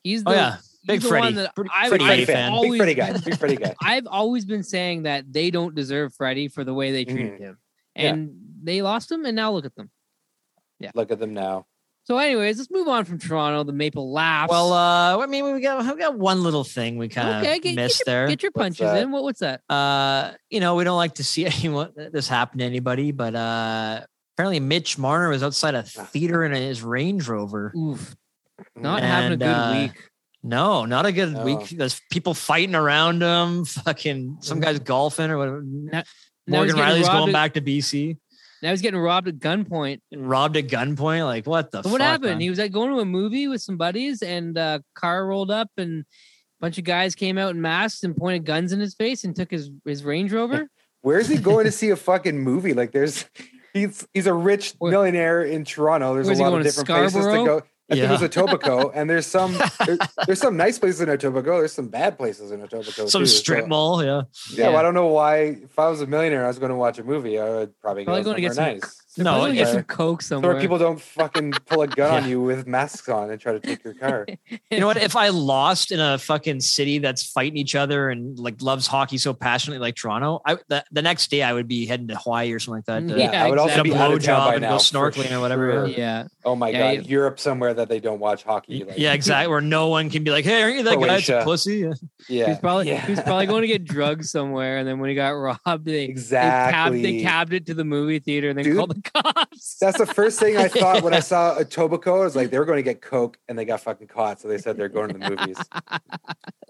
S1: he's the
S2: oh yeah, big
S1: he's the
S2: Freddie.
S1: one that
S2: Pretty-
S1: I-
S2: Freddie
S1: I-
S3: Big fan.
S1: always-
S3: Big Freddie guy. Big Freddie guy.
S1: I've always been saying that they don't deserve Freddie for the way they treated him,
S3: Mm-hmm. Yeah.
S1: and they lost him, and now look at them.
S3: Look at them now.
S1: So, anyways, let's move on from Toronto. The Maple laughs.
S2: Well, uh, I mean, we got we got one little thing we kind of
S1: okay, get,
S2: missed
S1: get your,
S2: there.
S1: Get your
S3: What's
S1: punches
S3: that?
S1: in. What, what's that?
S2: uh, you know, we don't like to see anyone this happen to anybody, but uh, apparently Mitch Marner was outside a theater in his Range Rover.
S1: Oof, not having a
S2: And,
S1: good
S2: uh,
S1: week.
S2: No, not a good
S3: No.
S2: week. There's people fighting around him. Fucking some guys golfing or whatever.
S1: Now he's
S2: Morgan
S1: getting
S2: Riley's
S1: robbed
S2: going
S1: at-
S2: back to BC
S1: Now he's getting robbed at gunpoint.
S2: and robbed at gunpoint. Like what the?
S1: But
S2: fuck,
S1: what happened?
S2: man?
S1: He was like going to a movie with some buddies, and uh, car rolled up, and a bunch of guys came out in masks and pointed guns in his face and took his his Range Rover.
S3: Where's he going to see a fucking movie? Like there's he's he's a rich
S1: Where-
S3: millionaire in Toronto. There's a
S1: Where's he
S3: lot of
S1: going to
S3: different places to
S1: Scarborough?
S3: go. I think it was
S2: Yeah.
S3: Etobicoke, and there's some there- there's some nice places in Etobicoke. There's some bad places in Etobicoke.
S2: Some
S3: too,
S2: strip
S3: so-
S2: mall. Yeah.
S3: Yeah, well, I don't know why. If I was a millionaire, and I was going to watch a movie. I would probably,
S1: Probably
S3: go
S1: going to get
S3: somewhere
S1: some-
S3: nice.
S1: They're
S2: No,
S1: probably gonna get
S3: yeah.
S1: some coke
S3: So
S1: somewhere.
S3: where people don't fucking pull a gun on you with masks on and try to take your car.
S2: You know what? If I lost in a fucking city that's fighting each other and like loves hockey so passionately, like Toronto, I the, the next day I would be heading to Hawaii or something like that. To,
S1: Mm. Yeah,
S3: I would also
S2: Get a
S1: exactly.
S3: be out of town
S2: blowjob
S3: by
S2: and go
S3: now, for
S2: snorkeling or whatever.
S3: sure.
S1: yeah,
S3: Oh my
S1: Yeah,
S3: god, Europe somewhere that they don't watch hockey. Like,
S2: yeah, exactly. Where no one can be like, "Hey, aren't you that guy? It's a
S3: Croatia.
S2: pussy." Yeah.
S1: he
S3: yeah,
S1: was probably
S3: yeah.
S1: he was probably going to get drugs somewhere, and then when he got robbed, they
S3: exactly.
S1: They, cab- they cabbed it to the movie theater and then
S3: Dude.
S1: called the cops.
S3: That's the first thing I thought when I saw a Tobico. I was like, they were going to get coke, and they got fucking caught. So they said they're going to the movies.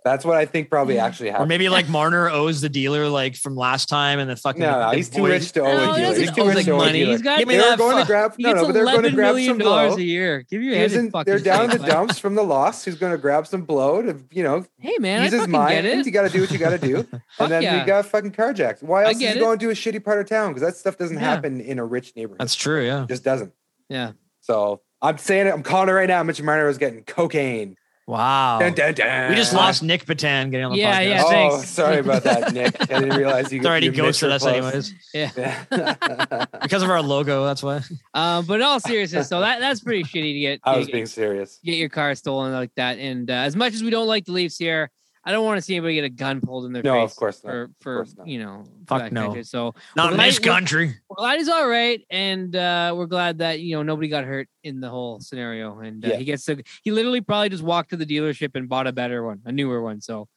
S3: That's what I think probably actually
S2: Or
S3: happened.
S2: maybe like Marner owes the dealer like from last time, and the fucking
S3: no, no,
S2: the
S3: he's too
S2: boy-
S3: rich to owe
S1: No,
S3: a
S1: he
S3: dealer.
S1: doesn't
S3: He's too
S1: owe
S3: rich
S1: the
S3: to owe a
S1: money.
S3: dealer.
S1: He's got-
S2: Give me
S3: they were
S2: that
S3: going
S2: fu-
S3: to grab.
S1: He
S3: No,
S1: gets
S3: no, but they're going to
S1: eleven
S3: grab some
S1: million dollars
S3: blow.
S1: a year. Give your
S3: He
S1: head
S3: was
S1: in
S3: in-
S1: fucking
S3: they're down in the
S1: shape, man.
S3: dumps from the loss. He's going to grab some blow to you know
S1: Hey man,
S3: use
S1: I
S3: his
S1: fucking
S3: mind.
S1: get it.
S3: You got to do what you got to do,
S1: Fuck
S3: and then
S1: yeah.
S3: you got fucking carjacked. Why
S1: I
S3: else is
S1: get
S3: he
S1: it.
S3: going to a shitty part of town? Because that stuff doesn't
S1: Yeah.
S3: happen in a rich neighborhood.
S2: That's true. Yeah.
S3: it just doesn't.
S1: Yeah.
S3: So I'm saying it. I'm calling it right now. Mitch Marner was getting cocaine.
S2: Wow.
S3: Dun, dun, dun.
S2: Oh. We just lost Nick Patan getting on the
S1: Yeah,
S2: podcast.
S1: yeah.
S3: oh,
S1: thanks.
S3: sorry about that, Nick. I didn't realize you.
S2: It's already
S3: you
S2: ghosted us,
S3: missed your plus.
S2: anyways,
S3: Yeah.
S2: because of our logo. That's why.
S1: Uh, but in all seriousness, so that that's pretty shitty to get.
S3: I was
S1: to
S3: being serious.
S1: get your car stolen like that. And uh, as much as we don't like the Leafs here, I don't want to see anybody get a gun pulled in their
S3: No,
S1: face.
S3: of course not.
S1: For for
S3: course not.
S1: you know, for
S2: Fuck
S1: that
S2: no.
S1: country. So
S2: Not in
S1: Well,
S2: this
S1: I- well-
S2: country.
S1: we're glad he's all right, and uh, we're glad that you know nobody got hurt in the whole scenario. And uh,
S3: Yeah.
S1: he gets to he literally probably just walked to the dealership and bought a better one, a newer one. So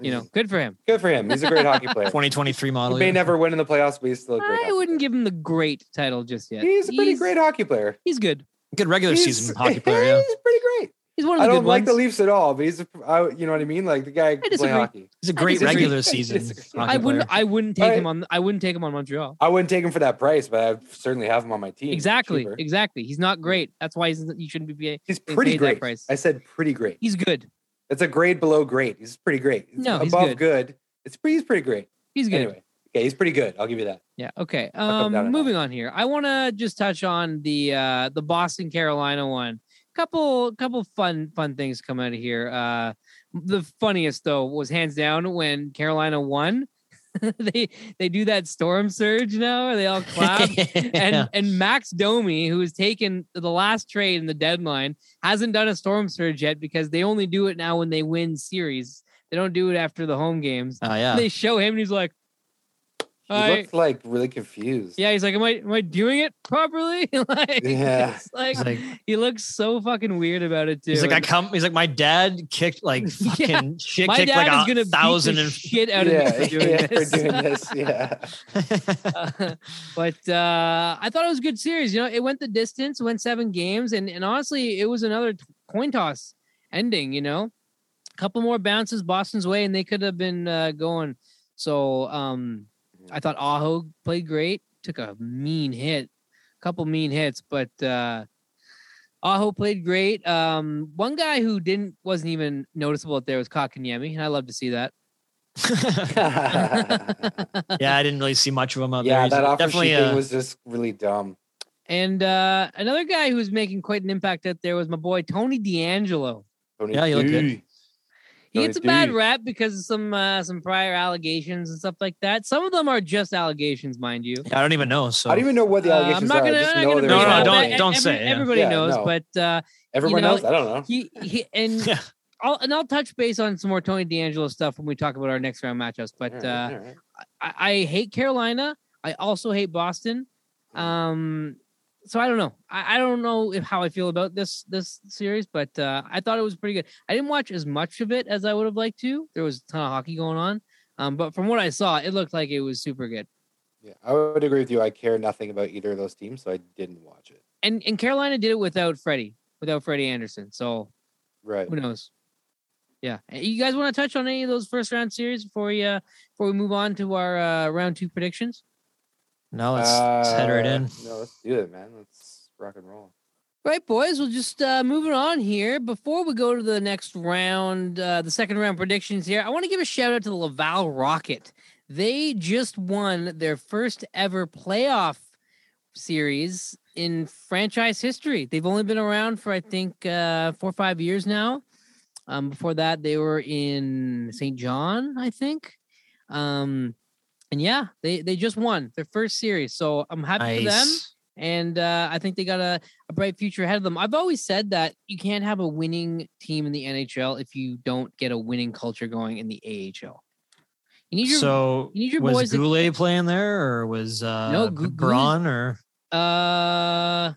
S1: you
S3: Mm-hmm.
S1: know, good for him.
S3: good for him. He's a great hockey player.
S2: 2023
S3: He
S2: model.
S3: may
S2: year.
S3: never win in the playoffs, but he's still a great.
S1: I
S3: hockey
S1: wouldn't give him the great title just yet.
S3: player. He's a pretty great hockey player.
S1: He's good.
S2: Good regular
S3: He's-
S2: season hockey player. Yeah.
S3: He's pretty great.
S1: He's one of
S3: I
S1: the
S3: don't
S1: good
S3: like
S1: ones.
S3: the Leafs at all, but he's, a, I, you know what I mean? Like the guy can
S1: disagree.
S3: play hockey.
S2: He's a great
S1: disagree.
S2: regular
S3: I
S2: season.
S3: disagree.
S2: hockey
S1: I wouldn't.
S2: player.
S1: I wouldn't take
S3: I-
S1: him on. I wouldn't take him on Montreal.
S3: I wouldn't take him for that price, but I certainly have him on my team. He's
S1: Exactly.
S3: cheaper.
S1: Exactly. He's not great. That's why he's, he shouldn't be.
S3: He's
S1: They
S3: pretty
S1: paid that
S3: great.
S1: price.
S3: I said pretty great.
S1: He's good.
S3: That's a grade below great. He's pretty great. It's
S1: No, he's
S3: above
S1: good.
S3: It's pretty. He's pretty great.
S1: He's good.
S3: Anyway, okay, he's pretty good. I'll give you that.
S1: Yeah. Okay.
S3: come down
S1: Um,
S3: and
S1: moving on here. I want to just touch on the uh, the Boston Carolina one. Couple couple fun fun things come out of here. Uh, the funniest though was hands down when Carolina won. they they do that storm surge now. Where they all clap. and
S2: Yeah.
S1: and Max Domi, who has taken the last trade in the deadline, hasn't done a storm surge yet because they only do it now when they win series. They don't do it after the home games.
S2: Oh yeah.
S1: They show him, and he's like,
S3: He
S1: "I-
S3: looked like really confused.
S1: yeah." He's like, "Am I am I doing it properly?" like,
S3: Yeah.
S1: it's like,
S2: He's like-
S1: he looks so fucking weird about it too.
S2: He's like, I
S1: And
S2: come. He's like, my dad kicked like
S1: Yeah.
S2: fucking shit
S1: my
S2: kicked
S1: dad
S2: like
S1: is
S2: a
S1: gonna
S2: thousand
S1: beat the
S2: and.
S1: shit out of
S3: yeah,
S1: me for doing
S3: yeah,
S1: this.
S3: for doing this. Yeah,
S1: Uh, but uh, I thought it was a good series. You know, it went the distance, went seven games, and, and honestly, it was another t- coin toss ending. You know, a couple more bounces Boston's way, and they could have been uh, going. So um, I thought Aho played great, took a mean hit, couple mean hits, but uh, Aho played great. Um, one guy who didn't wasn't even noticeable out there was Kakanyemi, and I love to see that.
S2: yeah, I didn't really see much of him out there.
S3: yeah.
S2: He's
S3: That offer
S2: definitely
S3: sheet
S2: uh,
S3: thing was just really dumb.
S1: And uh, another guy who was making quite an impact out there was my boy Tony D'Angelo.
S3: Tony
S2: Yeah, he looked good.
S3: D.
S1: He
S3: Tony
S1: gets a bad
S3: D.
S1: rap because of some uh, some prior allegations and stuff like that. Some of them are just allegations, mind you.
S2: I don't even know. So
S3: I don't even know what the
S1: Uh,
S3: allegations
S1: I'm not
S3: are. I
S1: gonna.
S3: just
S1: I'm not
S3: know
S1: gonna
S3: they're
S1: bring
S2: No,
S1: it
S2: no,
S1: up.
S2: don't-
S1: E-
S3: involved.
S2: don't
S1: every-
S2: say, yeah.
S1: Everybody
S3: Yeah,
S1: knows,
S3: no.
S1: but uh,
S3: Everyone
S1: know,
S3: else, I don't know.
S1: he, he and
S2: Yeah.
S1: I'll and I'll touch base on some more Tony D'Angelo stuff when we talk about our next round matchups. But
S3: All right,
S1: uh,
S3: all right.
S1: I, I hate Carolina. I also hate Boston. Um, so I don't know. I, I don't know if how I feel about this this series, but uh, I thought it was pretty good. I didn't watch as much of it as I would have liked to. There was a ton of hockey going on, um, but from what I saw, it looked like it was super good.
S3: Yeah, I would agree with you. I care nothing about either of those teams, so I didn't watch it.
S1: And and Carolina did it without Freddie, without Freddie Anderson. So
S3: Right.
S1: who knows? Yeah, Uh, you guys want to touch on any of those first round series before we uh, before we move on to our uh, round two predictions?
S2: No, let's, let's head right
S3: Uh,
S2: in.
S3: No, let's do it, man. Let's rock and roll.
S1: Right, boys. We'll just uh, moving on here. Before we go to the next round, uh, the second round predictions here, I want to give a shout out to the Laval Rocket. They just won their first ever playoff series in franchise history. They've only been around for I think uh, four or five years now. Um, before that, they were in St. John, I think. Um, and yeah, they they just won their first series, so I'm happy for them
S2: Nice.
S1: and uh, I think they got a, a bright future ahead of them. I've always said that you can't have a winning team in the NHL if you don't get a winning culture going in the AHL. You need your
S2: so
S1: you need your boys
S2: was
S1: to-
S2: Goulet playing there, or was uh,
S1: No, Gou- Goulet's-
S2: Braun, or
S1: uh,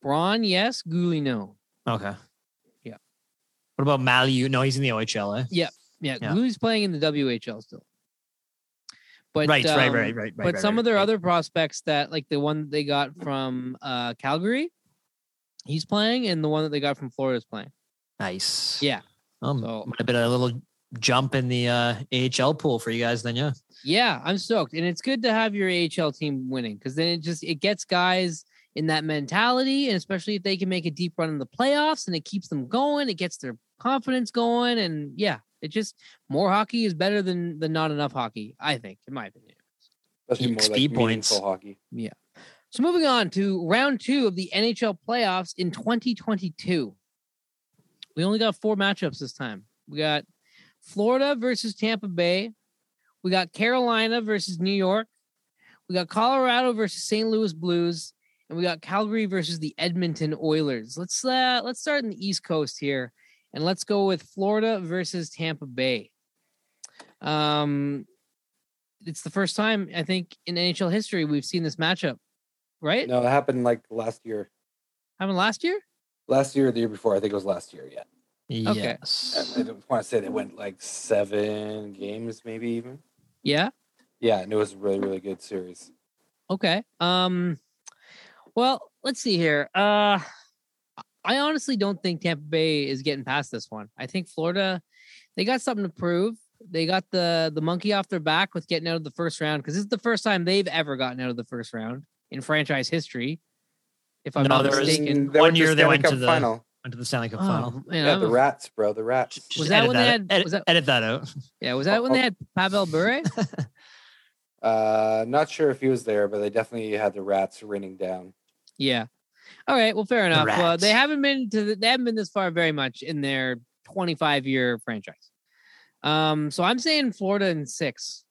S1: Braun, yes, Gouli, no,
S2: okay?
S1: Yeah.
S2: What about Maliu? No, he's in the OHL. Eh?
S1: yeah,
S2: Yeah.
S1: Gouli's playing in the WHL still. But
S2: right, right,
S1: um,
S2: right, right, right.
S1: but
S2: right,
S1: some
S2: right,
S1: of their
S2: right.
S1: other prospects that like the one they got from uh, Calgary, he's playing, and the one that they got from Florida is playing.
S2: nice.
S1: Yeah.
S2: Um,
S1: So-
S2: might have been a little jump in the uh, AHL pool for you guys. Then yeah,
S1: Yeah, I'm stoked, and it's good to have your AHL team winning because then it just it gets guys in that mentality, and especially if they can make a deep run in the playoffs, and it keeps them going, it gets their confidence going, and yeah, it just more hockey is better than than not enough hockey, I think, in my opinion.
S3: Let's be more like
S2: XP points.
S3: meaningful hockey.
S1: So moving on to round two of the NHL playoffs in 2022. We only got four matchups this time. We got Florida versus Tampa Bay. We got Carolina versus New York. We got Colorado versus St. Louis Blues, and we got Calgary versus the Edmonton Oilers. Let's uh, let's start in the East Coast here, and let's go with Florida versus Tampa Bay. Um, it's the first time I think in NHL history we've seen this matchup, right?
S3: No, it happened like last year.
S1: Happened last year.
S3: Last year, or the year before. I think it was last year. Yeah.
S1: Okay.
S2: yes.
S3: I want to say they went like seven games, maybe even.
S1: Yeah.
S3: Yeah, and it was a really, really good series.
S1: Okay. Um well, let's see here. Uh I honestly don't think Tampa Bay is getting past this one. I think Florida they got something to prove. They got the the monkey off their back with getting out of the first round because this is the first time they've ever gotten out of the first round in franchise history. If I'm
S2: No,
S1: not
S2: there is-
S1: mistaken.
S3: Mm, they
S2: one
S3: went to
S2: year they
S3: Stanley
S2: went to
S3: Cup
S2: the-
S3: final.
S2: Went to the Stanley Cup final.
S1: Oh, man,
S3: Yeah,
S1: I'm
S3: the
S1: a-
S3: rats, bro. The rats.
S2: Just
S1: Was that
S2: edit
S1: when they
S2: out.
S1: had-
S2: edit,
S1: was that-
S2: edit that out?
S1: yeah, was that when they
S3: Oh.
S1: had Pavel Bure?
S3: Uh, not sure if he was there, but they definitely had the rats raining down.
S1: Yeah. All right. Well, fair enough. Well, they
S2: rats.
S1: haven't been to the, they haven't been this far very much in their 25 year franchise. Um, so I'm saying Florida in six.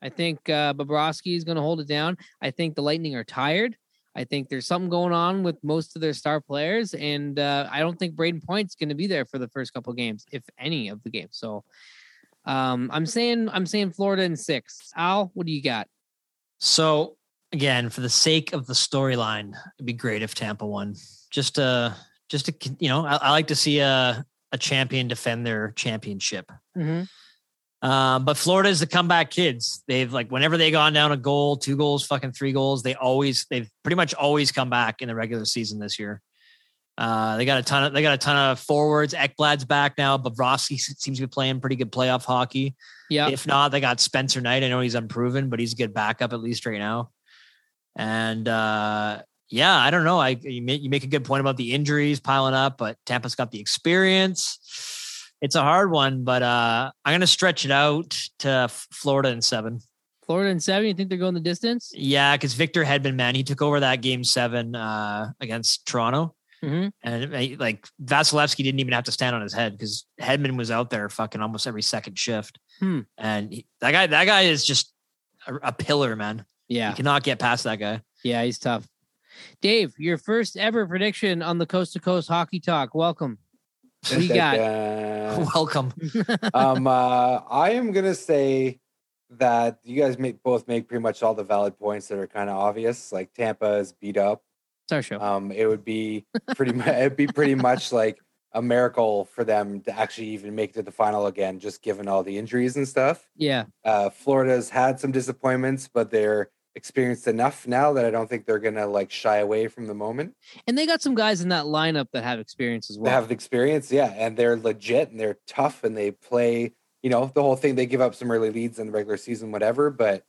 S1: I think uh, Bobrovsky is going to hold it down. I think the Lightning are tired. I think there's something going on with most of their star players, and uh, I don't think Braden Point's going to be there for the first couple games, if any of the games. So, um, I'm saying I'm saying Florida in six. Al, what do you got?
S2: So again, for the sake of the storyline, it'd be great if Tampa won. Just uh just to con- you know, I, I like to see a a champion defend their championship.
S1: Mm-hmm.
S2: Um, but Florida is the comeback kids. They've like whenever they gone down a goal, two goals, fucking three goals, they always they've pretty much always come back in the regular season this year. Uh, they got a ton of they got a ton of forwards. Ekblad's back now. Bobrovsky s- seems to be playing pretty good playoff hockey.
S1: Yeah.
S2: If not, they got Spencer Knight. I know he's unproven, but he's a good backup at least right now. And uh, yeah, I don't know. I you make, you make a good point about the injuries piling up, but Tampa's got the experience. It's a hard one, but uh, I'm going to stretch it out to F- Florida in seven.
S1: Florida in seven. You think they're going the distance?
S2: Yeah, because Victor Hedman, man, he took over that game seven uh, against Toronto.
S1: Mm-hmm.
S2: And uh, like Vasilevsky didn't even have to stand on his head because Hedman was out there fucking almost every second shift.
S1: Hmm.
S2: And he- that guy, that guy is just a, a pillar, man.
S1: Yeah.
S2: You cannot get past that guy.
S1: Yeah, he's tough. Dave, your first ever prediction on the Coast to Coast Hockey Talk. Welcome. What do you got? Uh,
S3: Dun-dun-dun.
S2: Welcome.
S1: hmm.
S3: um, uh, I am gonna say that you guys make both make pretty much all the valid points that are kind of obvious. Like Tampa is beat up.
S1: It's our
S2: Uh,
S1: show.
S3: um, it would be pretty mu- it'd be pretty much like a miracle for them to actually even make it to the final again, just given all the injuries and stuff.
S1: yeah.
S3: Uh, Florida's had some disappointments, but they're experienced enough now that I don't think they're gonna like shy away from the moment.
S1: And they got some guys in that lineup that have experience as
S3: They
S1: well.
S3: have the experience, yeah, and they're legit and they're tough and they play. You know the whole thing. They give up some early leads in the regular season, whatever. But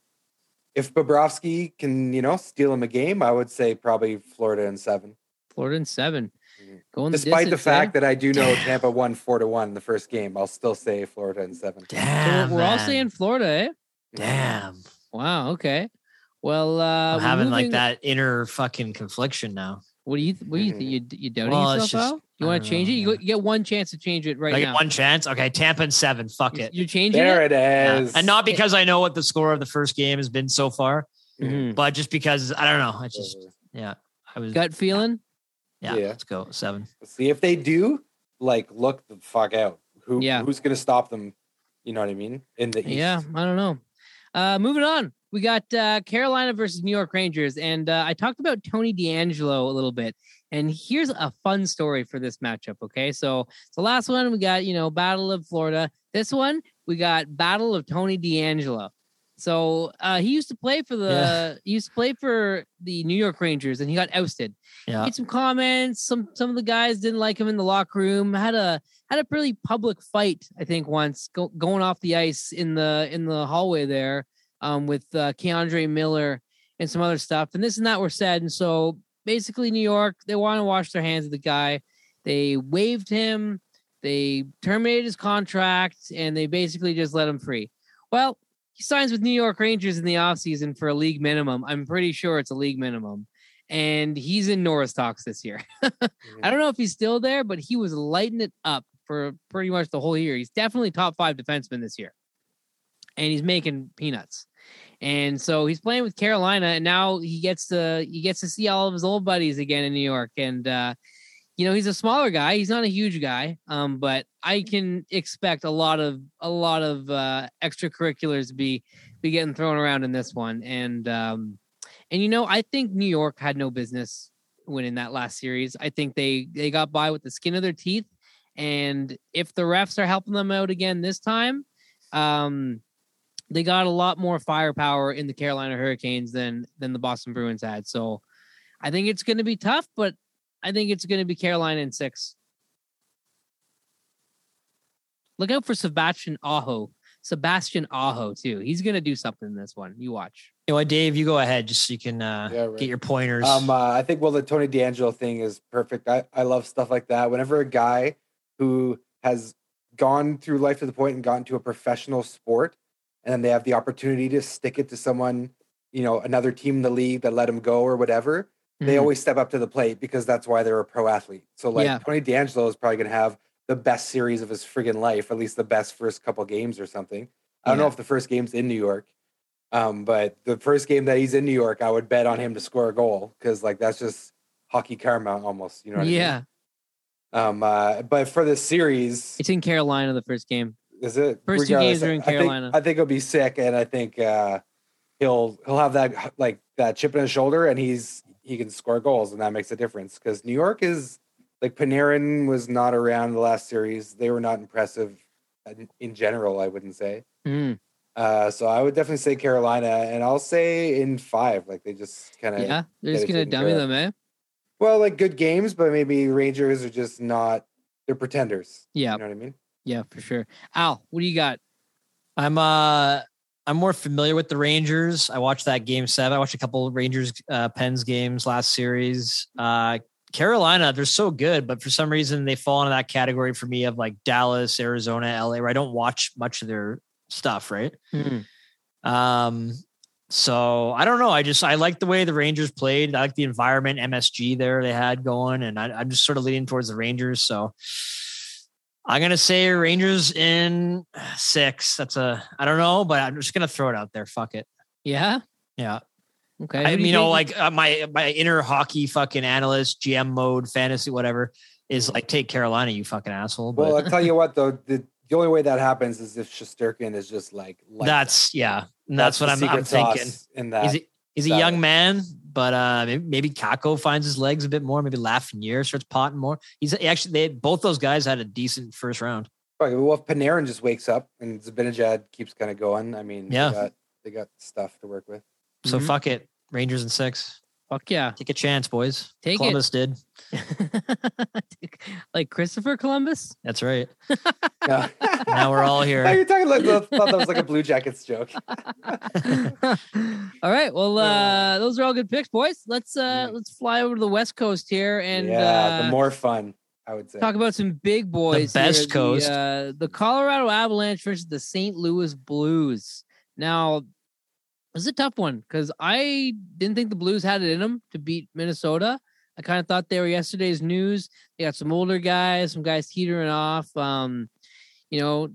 S3: if Bobrovsky can, you know, steal him a game, I would say probably Florida in seven.
S1: Florida in seven.
S2: Mm-hmm.
S3: Mhm.
S1: Going
S3: Despite the
S1: distance,
S3: fact
S1: eh?
S3: that I do know Tampa won four to one the first game, I'll still say Florida in seven.
S2: Damn,
S1: so eh? we're all
S2: Ah, man.
S1: saying Florida, eh?
S2: damn.
S1: Wow. Okay. Well, uh,
S2: I'm
S1: we're
S2: having
S1: moving-
S2: like that inner fucking confliction now.
S1: What do you? Th- what do you think?
S3: Mhm.
S1: You you doubting
S2: Well,
S1: yourself?
S2: it's just-
S1: Al? You
S2: I
S1: want to
S2: don't
S1: change
S2: know,
S1: it? You,
S2: yeah.
S1: go, you get one chance to change it right
S2: like
S1: now.
S2: one chance. Okay, Tampa in seven. Fuck
S1: You're-
S2: it.
S1: You're changing
S3: There
S1: it.
S3: it
S2: Yeah.
S3: is.
S2: And not because I know what the score of the first game has been so far,
S1: Mhm.
S2: but just because I don't know. I just
S1: Mm-hmm.
S2: yeah. I was
S1: Gut feeling.
S2: yeah,
S3: Yeah.
S2: Let's go seven.
S3: see if they do like look the fuck out. Who
S1: Yeah.
S3: who's gonna stop them? You know what I mean? In the East.
S1: Yeah, I don't know. Uh, moving on, we got uh, Carolina versus New York Rangers, and uh, I talked about Tony D'Angelo a little bit. And here's a fun story for this matchup. Okay, so the last one we got, you know, Battle of Florida. This one we got Battle of Tony D'Angelo. So uh, he used to play for the
S2: Yeah.
S1: he used to play for the New York Rangers, and he got ousted.
S2: Yeah.
S1: Made some comments. Some some of the guys didn't like him in the locker room. Had a had a pretty public fight, I think, once go, going off the ice in the in the hallway there, um, with uh, Keandre Miller and some other stuff. And this and that were said. And so basically, New York they want to wash their hands of the guy. They waived him. They terminated his contract, and they basically just let him free. Well, he signs with New York Rangers in the offseason for a league minimum. I'm pretty sure it's a league minimum. And he's in Norris Talks this year. I don't know if he's still there, but he was lighting it up for pretty much the whole year. He's definitely top five defenseman this year. And he's making peanuts. And so he's playing with Carolina, and now he gets to he gets to see all of his old buddies again in New York. And uh, you know, he's a smaller guy, he's not a huge guy. Um, but I can expect a lot of a lot of uh extracurriculars to be be getting thrown around in this one. And um and you know, I think New York had no business winning that last series. I think they they got by with the skin of their teeth, and if the refs are helping them out again this time, um, they got a lot more firepower in the Carolina Hurricanes than than the Boston Bruins had. So I think it's going to be tough, but I think it's going to be Carolina in six. Look out for Sebastian Aho. Sebastian Aho too. He's going to do something in this one. You watch.
S2: You know what, Dave? You go ahead, just so you can uh,
S3: Yeah, right.
S2: get your pointers.
S3: Um, uh, I think well, the Tony D'Angelo thing is perfect. I, I love stuff like that. Whenever a guy who has gone through life to the point and gotten to a professional sport, and then they have the opportunity to stick it to someone, you know, another team in the league that let him go or whatever, they
S1: Mhm.
S3: always step up to the plate because that's why they're a pro athlete. So like
S1: Yeah.
S3: Tony D'Angelo is probably gonna have the best series of his friggin' life, at least the best first couple games or something. I don't know
S1: Yeah.
S3: if the first game's in New York, um, but the first game that he's in New York, I would bet on him to score a goal because like that's just hockey karma almost. You know what
S1: yeah,
S3: I mean? Um, uh, but for this series,
S1: it's in Carolina the first game.
S3: is it
S1: First two games
S3: regardless,
S1: are in
S3: I think-
S1: Carolina.
S3: I think, he'll be sick, and I think uh, he'll he'll have that like that chip in his shoulder, and he's he can score goals, and that makes a difference because New York is like Panarin was not around the last series; they were not impressive in, in general. I wouldn't say.
S1: Mhm.
S3: Uh, so I would definitely say Carolina, and I'll say in five. Like they just kind of
S1: Yeah, they're
S3: get
S1: just
S3: it
S1: gonna
S3: taken
S1: dummy
S3: care
S1: them,
S3: of.
S1: eh?
S3: well, like good games, but maybe Rangers are just not they're pretenders.
S1: Yeah,
S3: You know what I mean?
S1: yeah, for sure. Al, what do you got?
S2: I'm uh I'm more familiar with the Rangers. I watched that game seven. I watched a couple of Rangers uh Pens games last series. Uh Carolina, they're so good, but for some reason they fall into that category for me of like Dallas, Arizona, LA, where I don't watch much of their stuff, right? Um, so I don't know. I just I like the way the Rangers played. I like the environment MSG there they had going, and I, I'm just sort of leaning towards the Rangers. So I'm gonna say Rangers in six. That's a I don't know, but I'm just gonna throw it out there. Fuck it.
S1: Yeah,
S2: Yeah,
S1: okay.
S2: I,
S1: Who do
S2: you, know,
S1: think-
S2: like uh, my my inner hockey fucking analyst, GM mode, fantasy, whatever, is like take Carolina, you fucking asshole. But
S3: Well, I'll tell you what though, the, the only way that happens is if Shusterkin is just like lights out.
S2: that's yeah, and that's, what
S3: the
S2: I'm, I'm
S3: secret
S2: thinking.
S3: sauce in that.
S2: Is it, He's a
S3: That
S2: young
S3: way.
S2: man, but uh, maybe, maybe Kako finds his legs a bit more. Maybe Lafreniere starts potting more. He's actually they both those guys had a decent first round.
S3: Right, well, if Panarin just wakes up and Zibanejad keeps kind of going, I mean,
S2: Yeah.
S3: they got, they got stuff to work with.
S2: So
S1: Mhm.
S2: fuck it, Rangers and six.
S1: Fuck yeah.
S2: Take a chance, boys.
S1: Take it.
S2: Columbus did.
S1: like Christopher Columbus?
S2: That's right.
S3: No.
S2: Now we're all
S3: No,
S2: here.
S3: you're talking like I thought that was like a Blue Jackets joke.
S1: all right. Well, uh, those are all good picks, boys. Let's uh,
S3: Mm.
S1: let's fly over to the West Coast here and
S3: yeah,
S1: uh,
S3: the more fun, I would say.
S1: talk about some big boys. here.
S2: best coast.
S1: The, uh, the Colorado Avalanche versus the St. Louis Blues. Now, this is a tough one because I didn't think the Blues had it in them to beat Minnesota. I kind of thought they were yesterday's news. They got some older guys, some guys teetering off. Um, you know,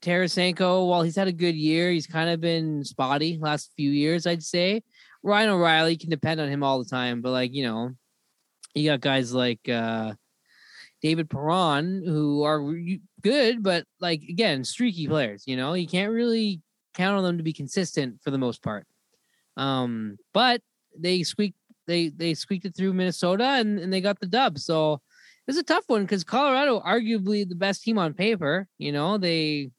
S1: Tarasenko, while he's had a good year, he's kind of been spotty last few years, I'd say. Ryan O'Reilly you can depend on him all the time, but like, you know, you got guys like uh David Perron who are re- good, but like again, streaky players, you know. You can't really count on them to be consistent for the most part. Um, but they squeaked they they squeaked it through Minnesota and, and they got the dub. So it's a tough one because Colorado, arguably the best team on paper, you know, they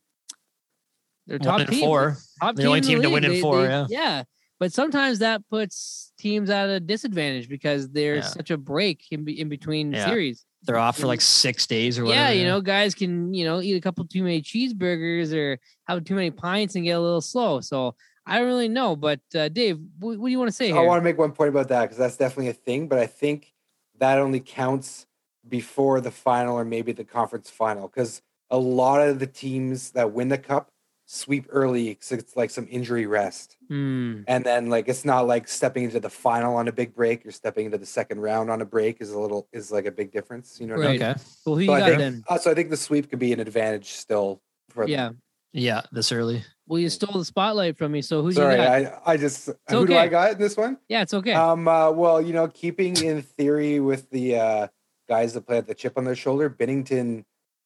S1: they're top
S2: One and
S1: team.
S2: four.
S1: Top
S2: They're the only
S1: in
S2: team to
S1: league.
S2: win in
S1: They-
S2: four,
S1: they-
S2: yeah.
S1: yeah. But sometimes that puts teams at a disadvantage because there's
S2: Yeah.
S1: such a break in, be- in between
S2: Yeah.
S1: series.
S2: They're off for like six days or whatever.
S1: yeah, you know, guys can, you know, eat a couple too many cheeseburgers or have too many pints and get a little slow. So I don't really know. But uh, Dave, what, what do you want to say
S3: I
S1: here?
S3: want to make one point about that because that's definitely a thing, but I think that only counts before the final or maybe the conference final because a lot of the teams that win the cup sweep early 'cause it's like some injury rest.
S1: Hmm.
S3: And then like it's not like stepping into the final on a big break, you're stepping into the second round on a break is a little is like a big difference. You know what I mean?
S1: Right.
S2: Okay.
S1: Well, who you
S3: So I
S1: got
S3: think-
S1: then?
S3: Uh, so I think the sweep could be an advantage still for
S1: Yeah.
S2: Yeah, this early.
S1: Well, you stole the spotlight from me. So who's
S3: Sorry,
S1: you got?
S3: I, I just who do I
S1: okay.
S3: got in this one?
S1: yeah, it's okay.
S3: Um, uh, well, you know, keeping in theory with the uh, guys that play with the chip on their shoulder, Bennington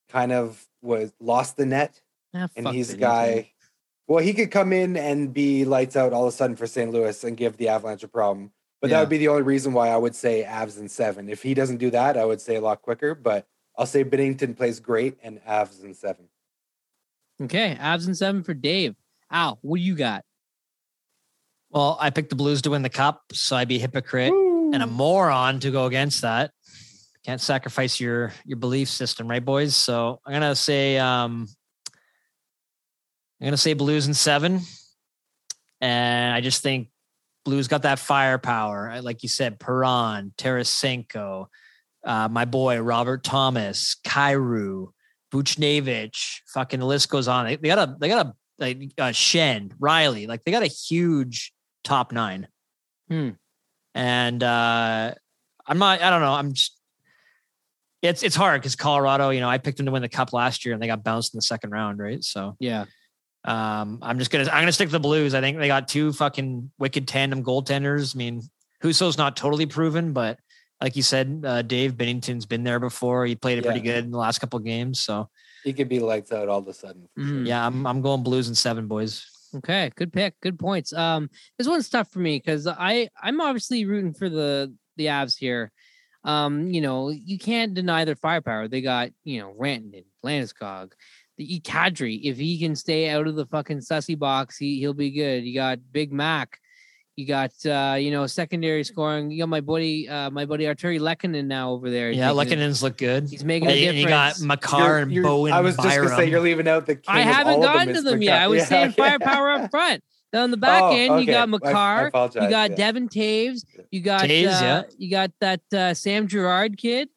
S3: kind of was lost the net,
S1: Ah,
S3: and
S1: fuck
S3: he's a
S1: Bennington.
S3: guy. Well, he could come in and be lights out all of a sudden for St. Louis and give the Avalanche a problem. But that
S2: Yeah.
S3: would be the only reason why I would say Avs in seven. If he doesn't do that, I would say a lot quicker. But I'll say Bennington plays great and Avs in seven.
S1: Okay, abs and seven for Dave. Al, what do you got?
S2: Well, I picked the Blues to win the cup, so I'd be a hypocrite and a moron to go against that. Can't sacrifice your your belief system, right, boys? So I'm gonna say um I'm gonna say Blues in seven, and I just think Blues got that firepower, I- like you said, Perron, Tarasenko, uh, my boy Robert Thomas, Kairu, Buchnevich, fucking the list goes on. They, they got a they got a like uh, Shen, Riley, like they got a huge top nine and uh i'm not i don't know i'm just it's it's hard because colorado you know i picked them to win the cup last year and they got bounced in the second round right so
S1: Yeah.
S2: um i'm just gonna i'm gonna stick to the blues i think they got two fucking wicked tandem goaltenders i mean Huso's not totally proven but like you said uh, dave bennington's been there before he played it pretty good in the last couple games so
S3: He could be lights out all of a sudden. for sure.
S1: Mm.
S2: yeah i'm, I'm going blues and seven boys
S1: Okay, good pick, good points. Um, this one's tough for me because I I'm obviously rooting for the the Avs here. Um, you know you can't deny their firepower. They got you know Rantanen, Landeskog, the Kadri. If he can stay out of the fucking sussy box, he he'll be good. You got Big Mac. You got uh, you know secondary scoring. You got my buddy uh, my buddy Arturi Lekkinen now over there.
S2: yeah
S1: making-
S2: Lekkinen's look good
S1: He's making
S2: and
S1: a
S2: you- and
S1: difference.
S2: you got
S3: You're-
S2: Makar and
S3: you're-
S2: Bowen.
S3: I was just gonna say
S2: Byram.
S3: you're leaving out the. king
S1: I
S3: of all
S1: haven't
S3: of
S1: gotten to
S3: is
S1: them
S3: Makar.
S1: yet. I was
S3: Yeah,
S1: saying
S3: yeah.
S1: firepower up front. Then on the back
S3: Oh,
S1: end, you
S3: okay.
S1: got
S3: I- I
S1: Makar.
S3: apologize,
S1: You got
S3: yeah.
S1: Devin Taves. You got
S2: Taves,
S1: uh,
S2: yeah.
S1: you got that uh, Sam Gerard kid.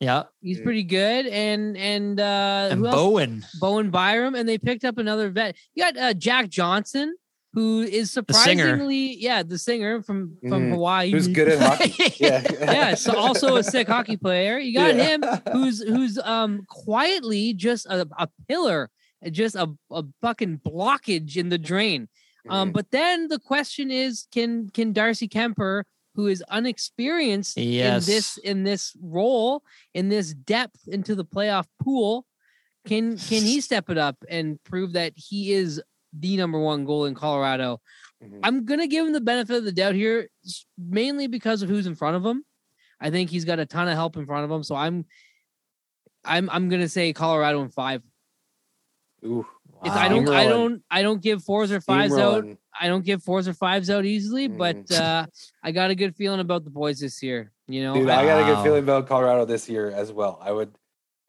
S2: yeah
S1: He's
S3: Mm.
S1: pretty good. And and uh
S2: and
S1: who else?
S2: Bowen.
S1: Bowen Byram, and they picked up another vet. You got uh, Jack Johnson, who is
S2: singer.
S1: surprisingly yeah, the singer from from
S3: Mhm.
S1: Hawaii.
S3: Who's good at hockey? Yeah,
S1: yeah, so also a sick hockey player. You got
S3: Yeah.
S1: him who's who's um quietly just a, a pillar, just a, a fucking blockage in the drain. Um,
S3: Mhm.
S1: but then the question is, can can Darcy Kemper, who is unexperienced
S2: Yes.
S1: in this in this role, in this depth into the playoff pool, can can he step it up and prove that he is the number one goal in Colorado.
S3: Mhm.
S1: I'm gonna give him the benefit of the doubt here, s- mainly because of who's in front of him. I think he's got a ton of help in front of him, so I'm, I'm, I'm gonna say Colorado in five.
S3: Ooh,
S1: If
S2: Wow.
S3: Ah,
S1: I don't, I
S3: Steamrolling.
S1: don't, I don't give fours or fives out.
S3: steamrolling.
S1: I don't give fours or fives out easily, but
S3: Mm.
S1: uh, I got a good feeling about the boys this year. You know,
S3: Dude,
S1: I-
S3: I got a
S2: Wow.
S3: good feeling about Colorado this year as well. I would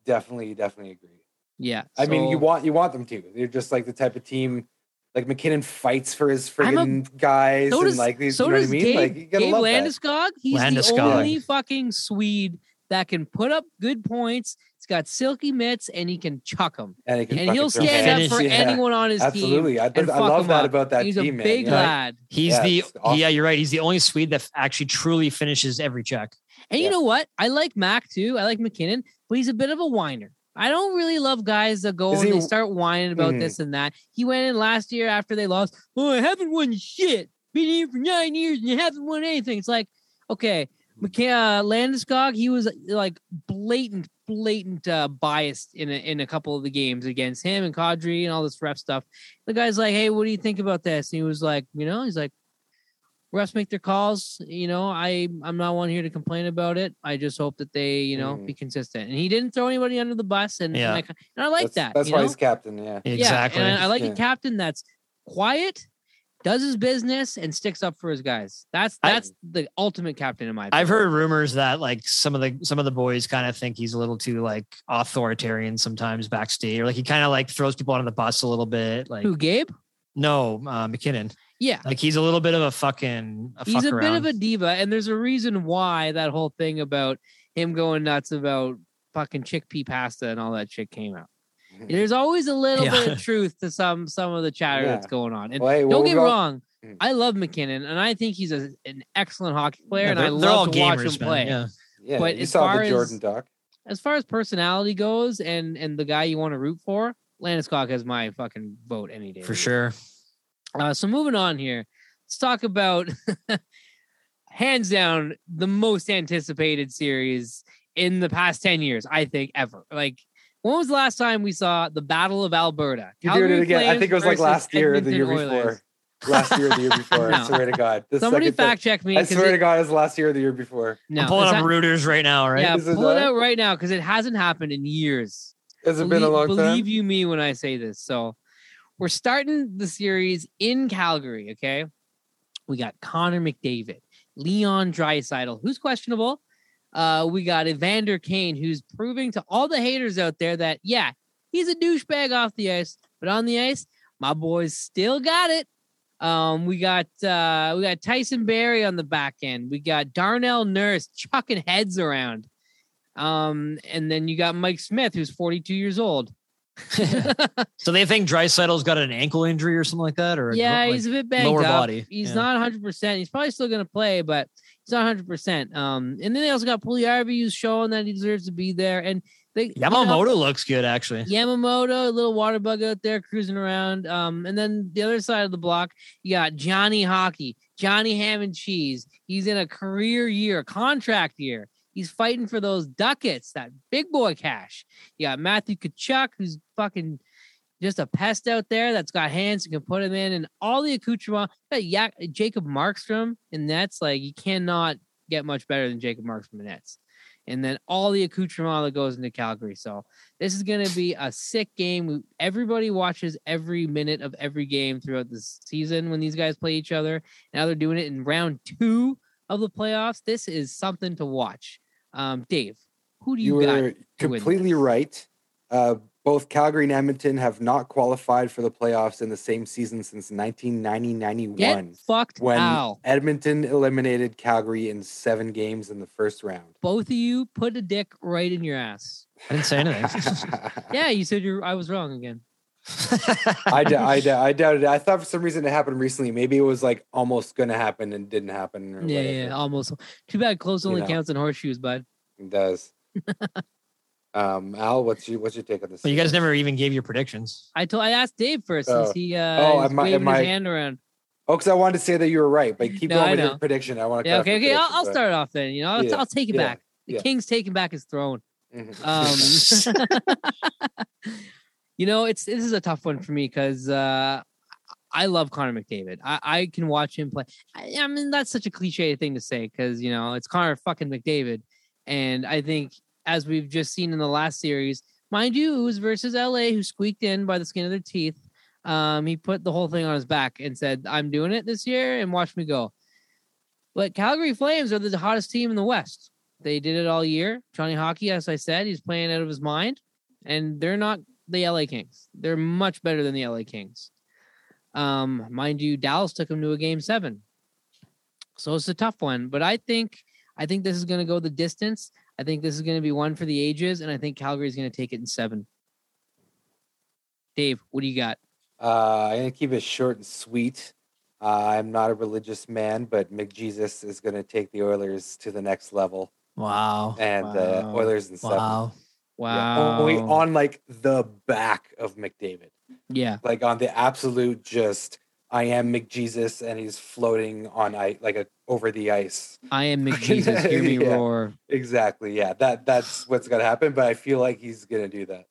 S3: definitely, definitely agree.
S1: yeah.
S3: I mean, you
S1: so-
S3: want you want them to. They're just like the type of team. Like McKinnon fights for his
S1: I'm a-
S3: friggin' guys,
S1: so
S3: and
S1: does,
S3: like these,
S1: so
S3: you know what I
S1: does
S3: mean?
S1: Gabe,
S3: like you gotta
S1: Gabe
S3: love that.
S1: Landeskog. He's
S2: Landeskog.
S1: the only fucking Swede that can put up good points. He's got silky mitts and he can chuck them.
S3: and, he can
S1: And
S3: fucking
S1: he'll
S3: throw
S1: stand up
S3: hands.
S1: for
S3: Yeah,
S1: anyone on his team.
S3: Absolutely, I,
S1: and
S3: I
S1: fuck
S3: love
S1: him
S3: that
S1: up.
S3: about that
S1: He's
S3: team,
S1: a
S3: man.
S1: big
S3: you know?
S1: lad.
S2: He's
S3: Yeah,
S2: the
S3: it's awesome.
S2: yeah, you're right. He's the only Swede that actually truly finishes every check.
S1: And
S3: Yeah.
S1: you know what? I like Mac too. I like McKinnon, but he's a bit of a whiner. I don't really love guys that go
S3: Is
S1: and
S3: he-
S1: they start whining about
S3: Mhm.
S1: this and that. He went in last year after they lost. Oh, I haven't won shit. Been here for nine years and you haven't won anything. It's like, okay, McKa- uh, Landeskog, he was like blatant, blatant uh, biased in a, in a couple of the games against him and Kadri and all this ref stuff. The guy's like, hey, what do you think about this? And he was like, you know, he's like, refs make their calls. You know, I I'm not one here to complain about it. I just hope that they, you know,
S3: Mm.
S1: be consistent. And he didn't throw anybody under the bus, and
S2: Yeah.
S1: and, I, ki- and I like
S3: that's,
S1: that.
S3: That's
S1: you
S3: why
S1: know?
S3: he's captain. Yeah,
S2: Exactly.
S1: Yeah, and I, I like a
S3: Yeah.
S1: captain that's quiet, does his business, and sticks up for his guys. That's
S2: I-
S1: that's the ultimate captain in my. opinion.
S2: I've heard rumors that like some of the some of the boys kind of think he's a little too like authoritarian sometimes backstage, or like he kind of like throws people under the bus a little bit. Like
S1: who Gabe.
S2: no, uh, McKinnon,
S1: Yeah,
S2: like he's a little bit of a fucking. A
S1: he's
S2: fuck
S1: a bit of
S2: around.
S1: a diva, and there's a reason why that whole thing about him going nuts about fucking chickpea pasta and all that shit came out. There's always a little
S2: Mm. Yeah.
S1: bit of truth to some some of the chatter that's
S3: Yeah.
S1: going on. And
S3: Well, hey,
S1: don't
S3: we'll
S1: get me
S3: go-
S1: wrong,
S3: Mm.
S1: I love McKinnon and I think he's a, an excellent hockey player,
S2: Yeah,
S1: and I
S2: they're- they're all
S1: love to watch him
S2: gamers, man,
S1: play.
S2: Yeah.
S3: Yeah,
S1: but
S3: you
S1: as
S3: saw
S1: far
S3: the
S1: as-
S3: Jordan doc.
S1: As far as personality goes, and and the guy you want to root for, Landeskog has my fucking vote any day.
S2: For
S1: of the week.
S2: sure.
S1: Uh, so moving on here, let's talk about hands down the most anticipated series in the past ten years, I think ever. Like, when was the last time we saw the Battle of Alberta?
S3: You did
S1: Calgary
S3: it again. I
S1: Flames
S3: think it was like
S1: versus
S3: last year, or the year
S1: Edmonton
S3: before,
S1: Oilers?
S3: last year, or the year before. I
S1: No.
S3: swear to God, The
S1: Somebody
S3: second time-
S1: fact check me.
S3: I
S1: 'cause
S3: swear
S1: it-
S3: to God, it was last year, or the year before.
S1: No,
S2: I'm pulling
S1: it's
S2: up
S1: not-
S2: rooters right now, right?
S1: Yeah,
S3: This is
S1: pull it
S3: a-
S1: out right now because it hasn't happened in years.
S3: Has it
S1: believe,
S3: been a long
S1: believe
S3: time?
S1: you me when I say this. So we're starting the series in Calgary. Okay, we got Connor McDavid, Leon Dreisidel, who's questionable. Uh, we got Evander Kane, who's proving to all the haters out there that yeah, he's a douchebag off the ice, but on the ice, my boys still got it. Um, we got uh, we got Tyson Berry on the back end. We got Darnell Nurse chucking heads around. Um, and then you got Mike Smith, who's 42 years old.
S2: so they think Drysaitel's got an ankle injury or something like that, or a
S1: yeah,
S2: gro-
S1: he's
S2: like,
S1: a bit banged
S2: lower
S1: up.
S2: body,
S1: He's
S2: yeah.
S1: not 100. percent He's probably still going to play, but he's not 100. percent Um, and then they also got Pugliarvi, who's showing that he deserves to be there. And they you know,
S2: Yamamoto looks good actually.
S1: Yamamoto, a little water bug out there cruising around. Um, and then the other side of the block, you got Johnny Hockey, Johnny Ham and Cheese. He's in a career year, contract year. He's fighting for those ducats, that big boy cash. You got Matthew Kachuk, who's fucking just a pest out there that's got hands and can put him in, and all the accoutrements. You got Yak- Jacob Markstrom and that's like you cannot get much better than Jacob Markstrom and Nets. And then all the accoutrement that goes into Calgary. So this is going to be a sick game. We- Everybody watches every minute of every game throughout the season when these guys play each other. Now they're doing it in round two of the playoffs. This is something to watch. Um, Dave, who do
S3: You
S1: you, got?
S3: were
S1: to win
S3: completely
S1: this?
S3: right. Uh, both Calgary and Edmonton have not qualified for the playoffs in the same season since 1990
S1: Get
S3: 91,
S1: fucked,
S3: when
S1: Al.
S3: Edmonton eliminated Calgary in seven games in the first round.
S1: Both of you put a dick right in your ass.
S2: I didn't say anything.
S3: I,
S1: Yeah, you said you're. I was wrong again.
S3: d- I, d- I doubted it. I thought for some reason it happened recently. Maybe it was like almost going to happen and didn't happen. Or
S1: Yeah,
S3: whatever.
S1: yeah, almost. Too bad close
S3: You
S1: only
S3: know.
S1: counts in horseshoes, bud.
S3: It does. um, Al, what's your what's your take on this?
S2: but you guys never even gave your predictions.
S1: I told. I asked Dave first
S3: Oh.
S1: since he uh,
S3: Oh,
S1: was
S3: am I-
S1: waving
S3: am
S1: his
S3: I-
S1: hand around.
S3: Oh, because I wanted to say that you were right, but keep
S1: No,
S3: going
S1: I
S3: with
S1: know.
S3: your prediction. I want to.
S1: Yeah, okay, okay. I'll, I'll start off then. You know, I'll,
S3: Yeah,
S1: I'll take it
S3: yeah,
S1: back. The
S3: yeah.
S1: king's taking back his throne.
S3: mm-hmm.
S1: Um, you know, it's this is a tough one for me because uh, I love Connor McDavid. I, I can watch him play. I, I mean, that's such a cliche thing to say because you know it's Connor fucking McDavid, and I think as we've just seen in the last series, mind you, it was versus LA who squeaked in by the skin of their teeth. Um, he put the whole thing on his back and said, "I'm doing it this year, and watch me go." But Calgary Flames are the hottest team in the West. They did it all year. Johnny Hockey, as I said, he's playing out of his mind, and they're not the LA Kings. They're much better than the LA Kings. Um, mind you, Dallas took him to a game seven, so it's a tough one. But I think I think this is going to go the distance. I think this is going to be one for the ages, and I think Calgary's going to take it in seven. Dave, what do you got?
S3: Uh, I'm gonna keep it short and sweet. Uh, I'm not a religious man, but McJesus is gonna take the Oilers to the next level,
S2: Wow.
S3: and uh,
S2: Wow.
S3: Oilers and seven.
S2: Wow.
S3: Yeah.
S1: Wow.
S3: Only on like the back of McDavid,
S1: yeah.
S3: like on the absolute just. I am McJesus, and he's floating on ice, like a, over the ice.
S1: I am McJesus. Hear me
S3: Yeah.
S1: roar.
S3: Exactly. Yeah. That that's what's gonna happen. But I feel like he's gonna do that.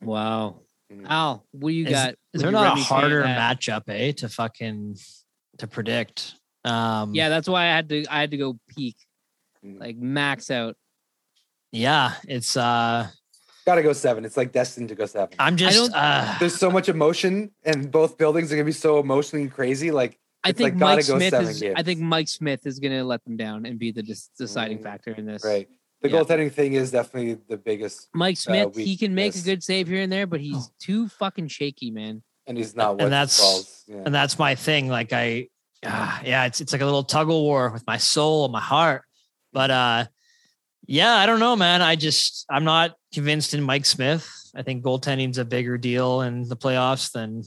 S1: Wow.
S3: Mm.
S1: Al, what do you
S2: Is-
S1: got?
S2: Is
S1: Would
S2: there
S1: you
S2: not
S1: rather
S2: a
S1: me say
S2: harder
S1: that?
S2: matchup, eh, to fucking to predict? Um,
S1: Yeah, that's why I had to. I had to go peak,
S3: Mm.
S1: like max out.
S2: yeah. It's uh,
S3: Gotta go seven. It's like destined to go seven.
S2: I'm just
S1: don't-
S2: uh,
S3: There's so much emotion, and both buildings are gonna be so emotionally crazy. Like
S1: I
S3: It's
S1: think
S3: like gotta
S1: Mike
S3: go
S1: Smith
S3: seven
S1: is. I
S3: games.
S1: think Mike Smith is going to let them down and be the dis- deciding
S3: Mm,
S1: factor in this.
S3: right. The
S1: Yeah.
S3: goaltending thing is definitely the biggest,
S1: Mike Smith, he
S3: weak-
S1: can make
S3: yes.
S1: a good save here and there, but he's
S2: Oh.
S1: too fucking shaky, man.
S3: and he's not what
S2: that's-
S3: Saul's- yeah.
S2: and that's my thing. Like I, ah, yeah, it's it's like a little tug of war with my soul and my heart. But uh, yeah, I don't know, man. I just I'm not convinced in Mike Smith. I think goaltending's a bigger deal in the playoffs than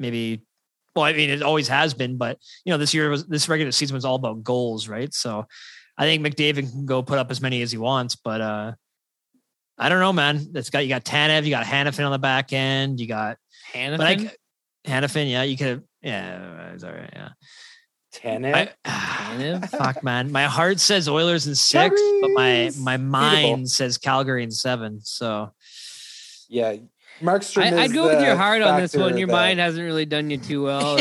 S2: maybe. Well, I mean, it always has been, but you know, this year was this regular season was all about goals, right? So, I think McDavid can go put up as many as he wants, but uh, I don't know, man. That's got you got Tanev, you got Hannafin on the back end, you got
S1: Hannafin,
S2: but I, c- Hannafin, yeah, you could, yeah, it's all right, yeah.
S3: Tanev?
S2: I, ah,
S1: Tanev?
S2: fuck, man, my heart says Oilers in six, but my
S3: Calgary's
S2: my mind
S3: beatable.
S2: says Calgary in seven. So
S3: yeah. Markstrom.
S1: I,
S3: is
S1: would go with your
S3: the
S1: heart on this
S3: factor
S1: one. Your
S3: that-
S1: mind hasn't really done you too well.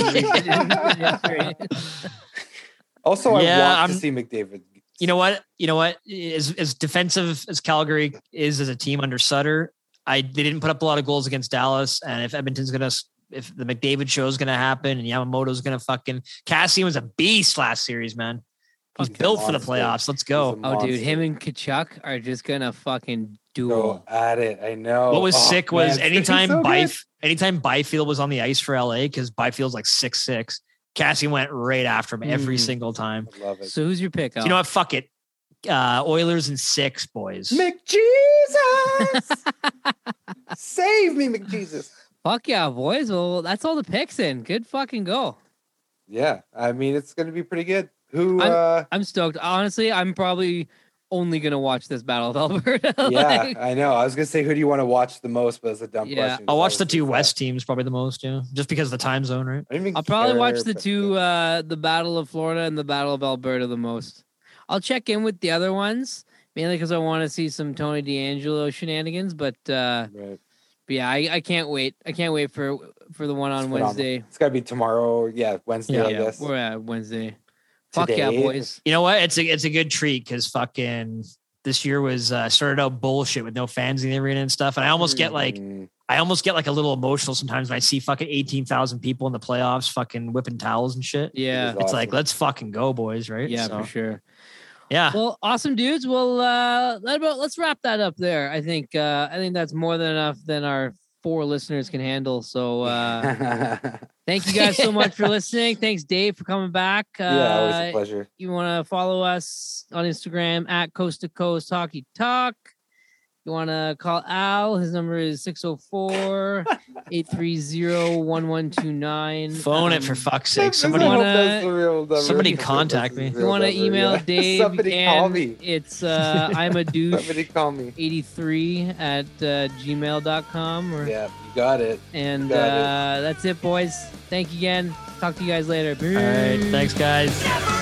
S3: Also,
S2: Yeah,
S3: I want
S2: I'm-
S3: to see McDavid.
S2: you know what, you know what, as as defensive as Calgary is as a team under Sutter, I they didn't put up a lot of goals against Dallas, and if Edmonton's gonna. s- If the McDavid show is going to happen and Yamamoto's going to fucking Cassie was a beast last series, man. He's
S3: He's a
S2: built for the
S3: monster.
S2: playoffs. Let's go.
S3: He's a
S1: oh, dude, him
S3: monster.
S1: and Kachuk are just gonna fucking
S3: go
S1: duel.
S3: at it. I know.
S2: What was
S3: Oh,
S2: sick was
S3: man, it's gonna
S2: anytime
S3: be Oh. so good.
S2: Byf- anytime Byfield was on the ice for LA because Byfield's like six six. Cassie went right after him every
S3: Hmm.
S1: Mm.
S2: single time.
S3: I love it.
S1: So who's your pick?
S2: So
S1: Al?
S2: you know what? Fuck it. Uh, Oilers and six boys.
S3: McJesus, save me, McJesus.
S1: Fuck yeah, boys. Well, that's all the picks in. Good fucking go.
S3: Yeah, I mean it's going to be pretty good. Who?
S1: I'm-
S3: uh
S1: I'm stoked. Honestly, I'm probably only gonna watch this battle of Alberta.
S3: Yeah,
S1: Like,
S3: I know. I was going to say who do you want to watch the most, but it's a dumb
S1: Yeah.
S3: question.
S2: I'll
S3: So
S2: watch the
S3: it's
S2: two
S3: just, uh,
S2: West teams probably the most, yeah, just because of the time zone, right?
S3: I don't even
S1: I'll probably watch
S3: care,
S1: the
S3: but-
S1: two uh the Battle of Florida and the Battle of Alberta the most. I'll check in with the other ones, mainly because I want to see some Tony D'Angelo shenanigans, but uh
S3: Right.
S1: but yeah, I, I can't wait. I can't wait for for the one on
S3: It's phenomenal.
S1: Wednesday.
S3: It's got to be tomorrow. Yeah, Wednesday.
S2: Yeah.
S3: I guess.
S1: We're at Wednesday. Fuck yeah,
S3: Today.
S1: boys.
S2: You know what? It's a it's a good treat because fucking this year was uh, started out bullshit with no fans in the arena and stuff, and I almost get like
S3: Mm,
S2: I almost get like a little emotional sometimes when I see fucking eighteen thousand people in the playoffs, fucking whipping towels and shit.
S1: Yeah.
S3: It is
S2: It's like
S3: awesome.
S2: let's fucking go, boys, right?
S1: Yeah,
S2: So,
S1: for sure.
S2: yeah.
S1: Well, awesome dudes. Well, uh, let about, let's wrap that up there. I think uh, I think that's more than enough than our four listeners can handle. So uh, thank you guys so much for listening. Thanks, Dave, for coming back. Uh,
S3: yeah, always a pleasure.
S1: you want to follow us on Instagram at Coast to Coast Hockey Talk. You want to call Al. His number is 604 830 1129.
S2: Phone it for
S1: Um,
S2: fuck's sake.
S3: This is-
S2: Somebody
S3: I hope
S1: wanna-
S3: that's the real number.
S2: somebody
S3: This is
S2: contact
S3: the
S2: me.
S1: If you
S3: real
S1: want to
S3: number,
S1: email
S3: yeah.
S1: Dave,
S3: Somebody
S1: you
S3: call
S1: can.
S3: me.
S1: It's uh, I'm a douche.
S3: Somebody call me.
S1: 83 at uh, gmail.com or,
S3: Yeah, you got it.
S1: and
S3: got it.
S1: uh, that's it boys thank you again talk to you guys later
S2: All right.
S1: Peace.
S2: Thanks, guys.
S4: Never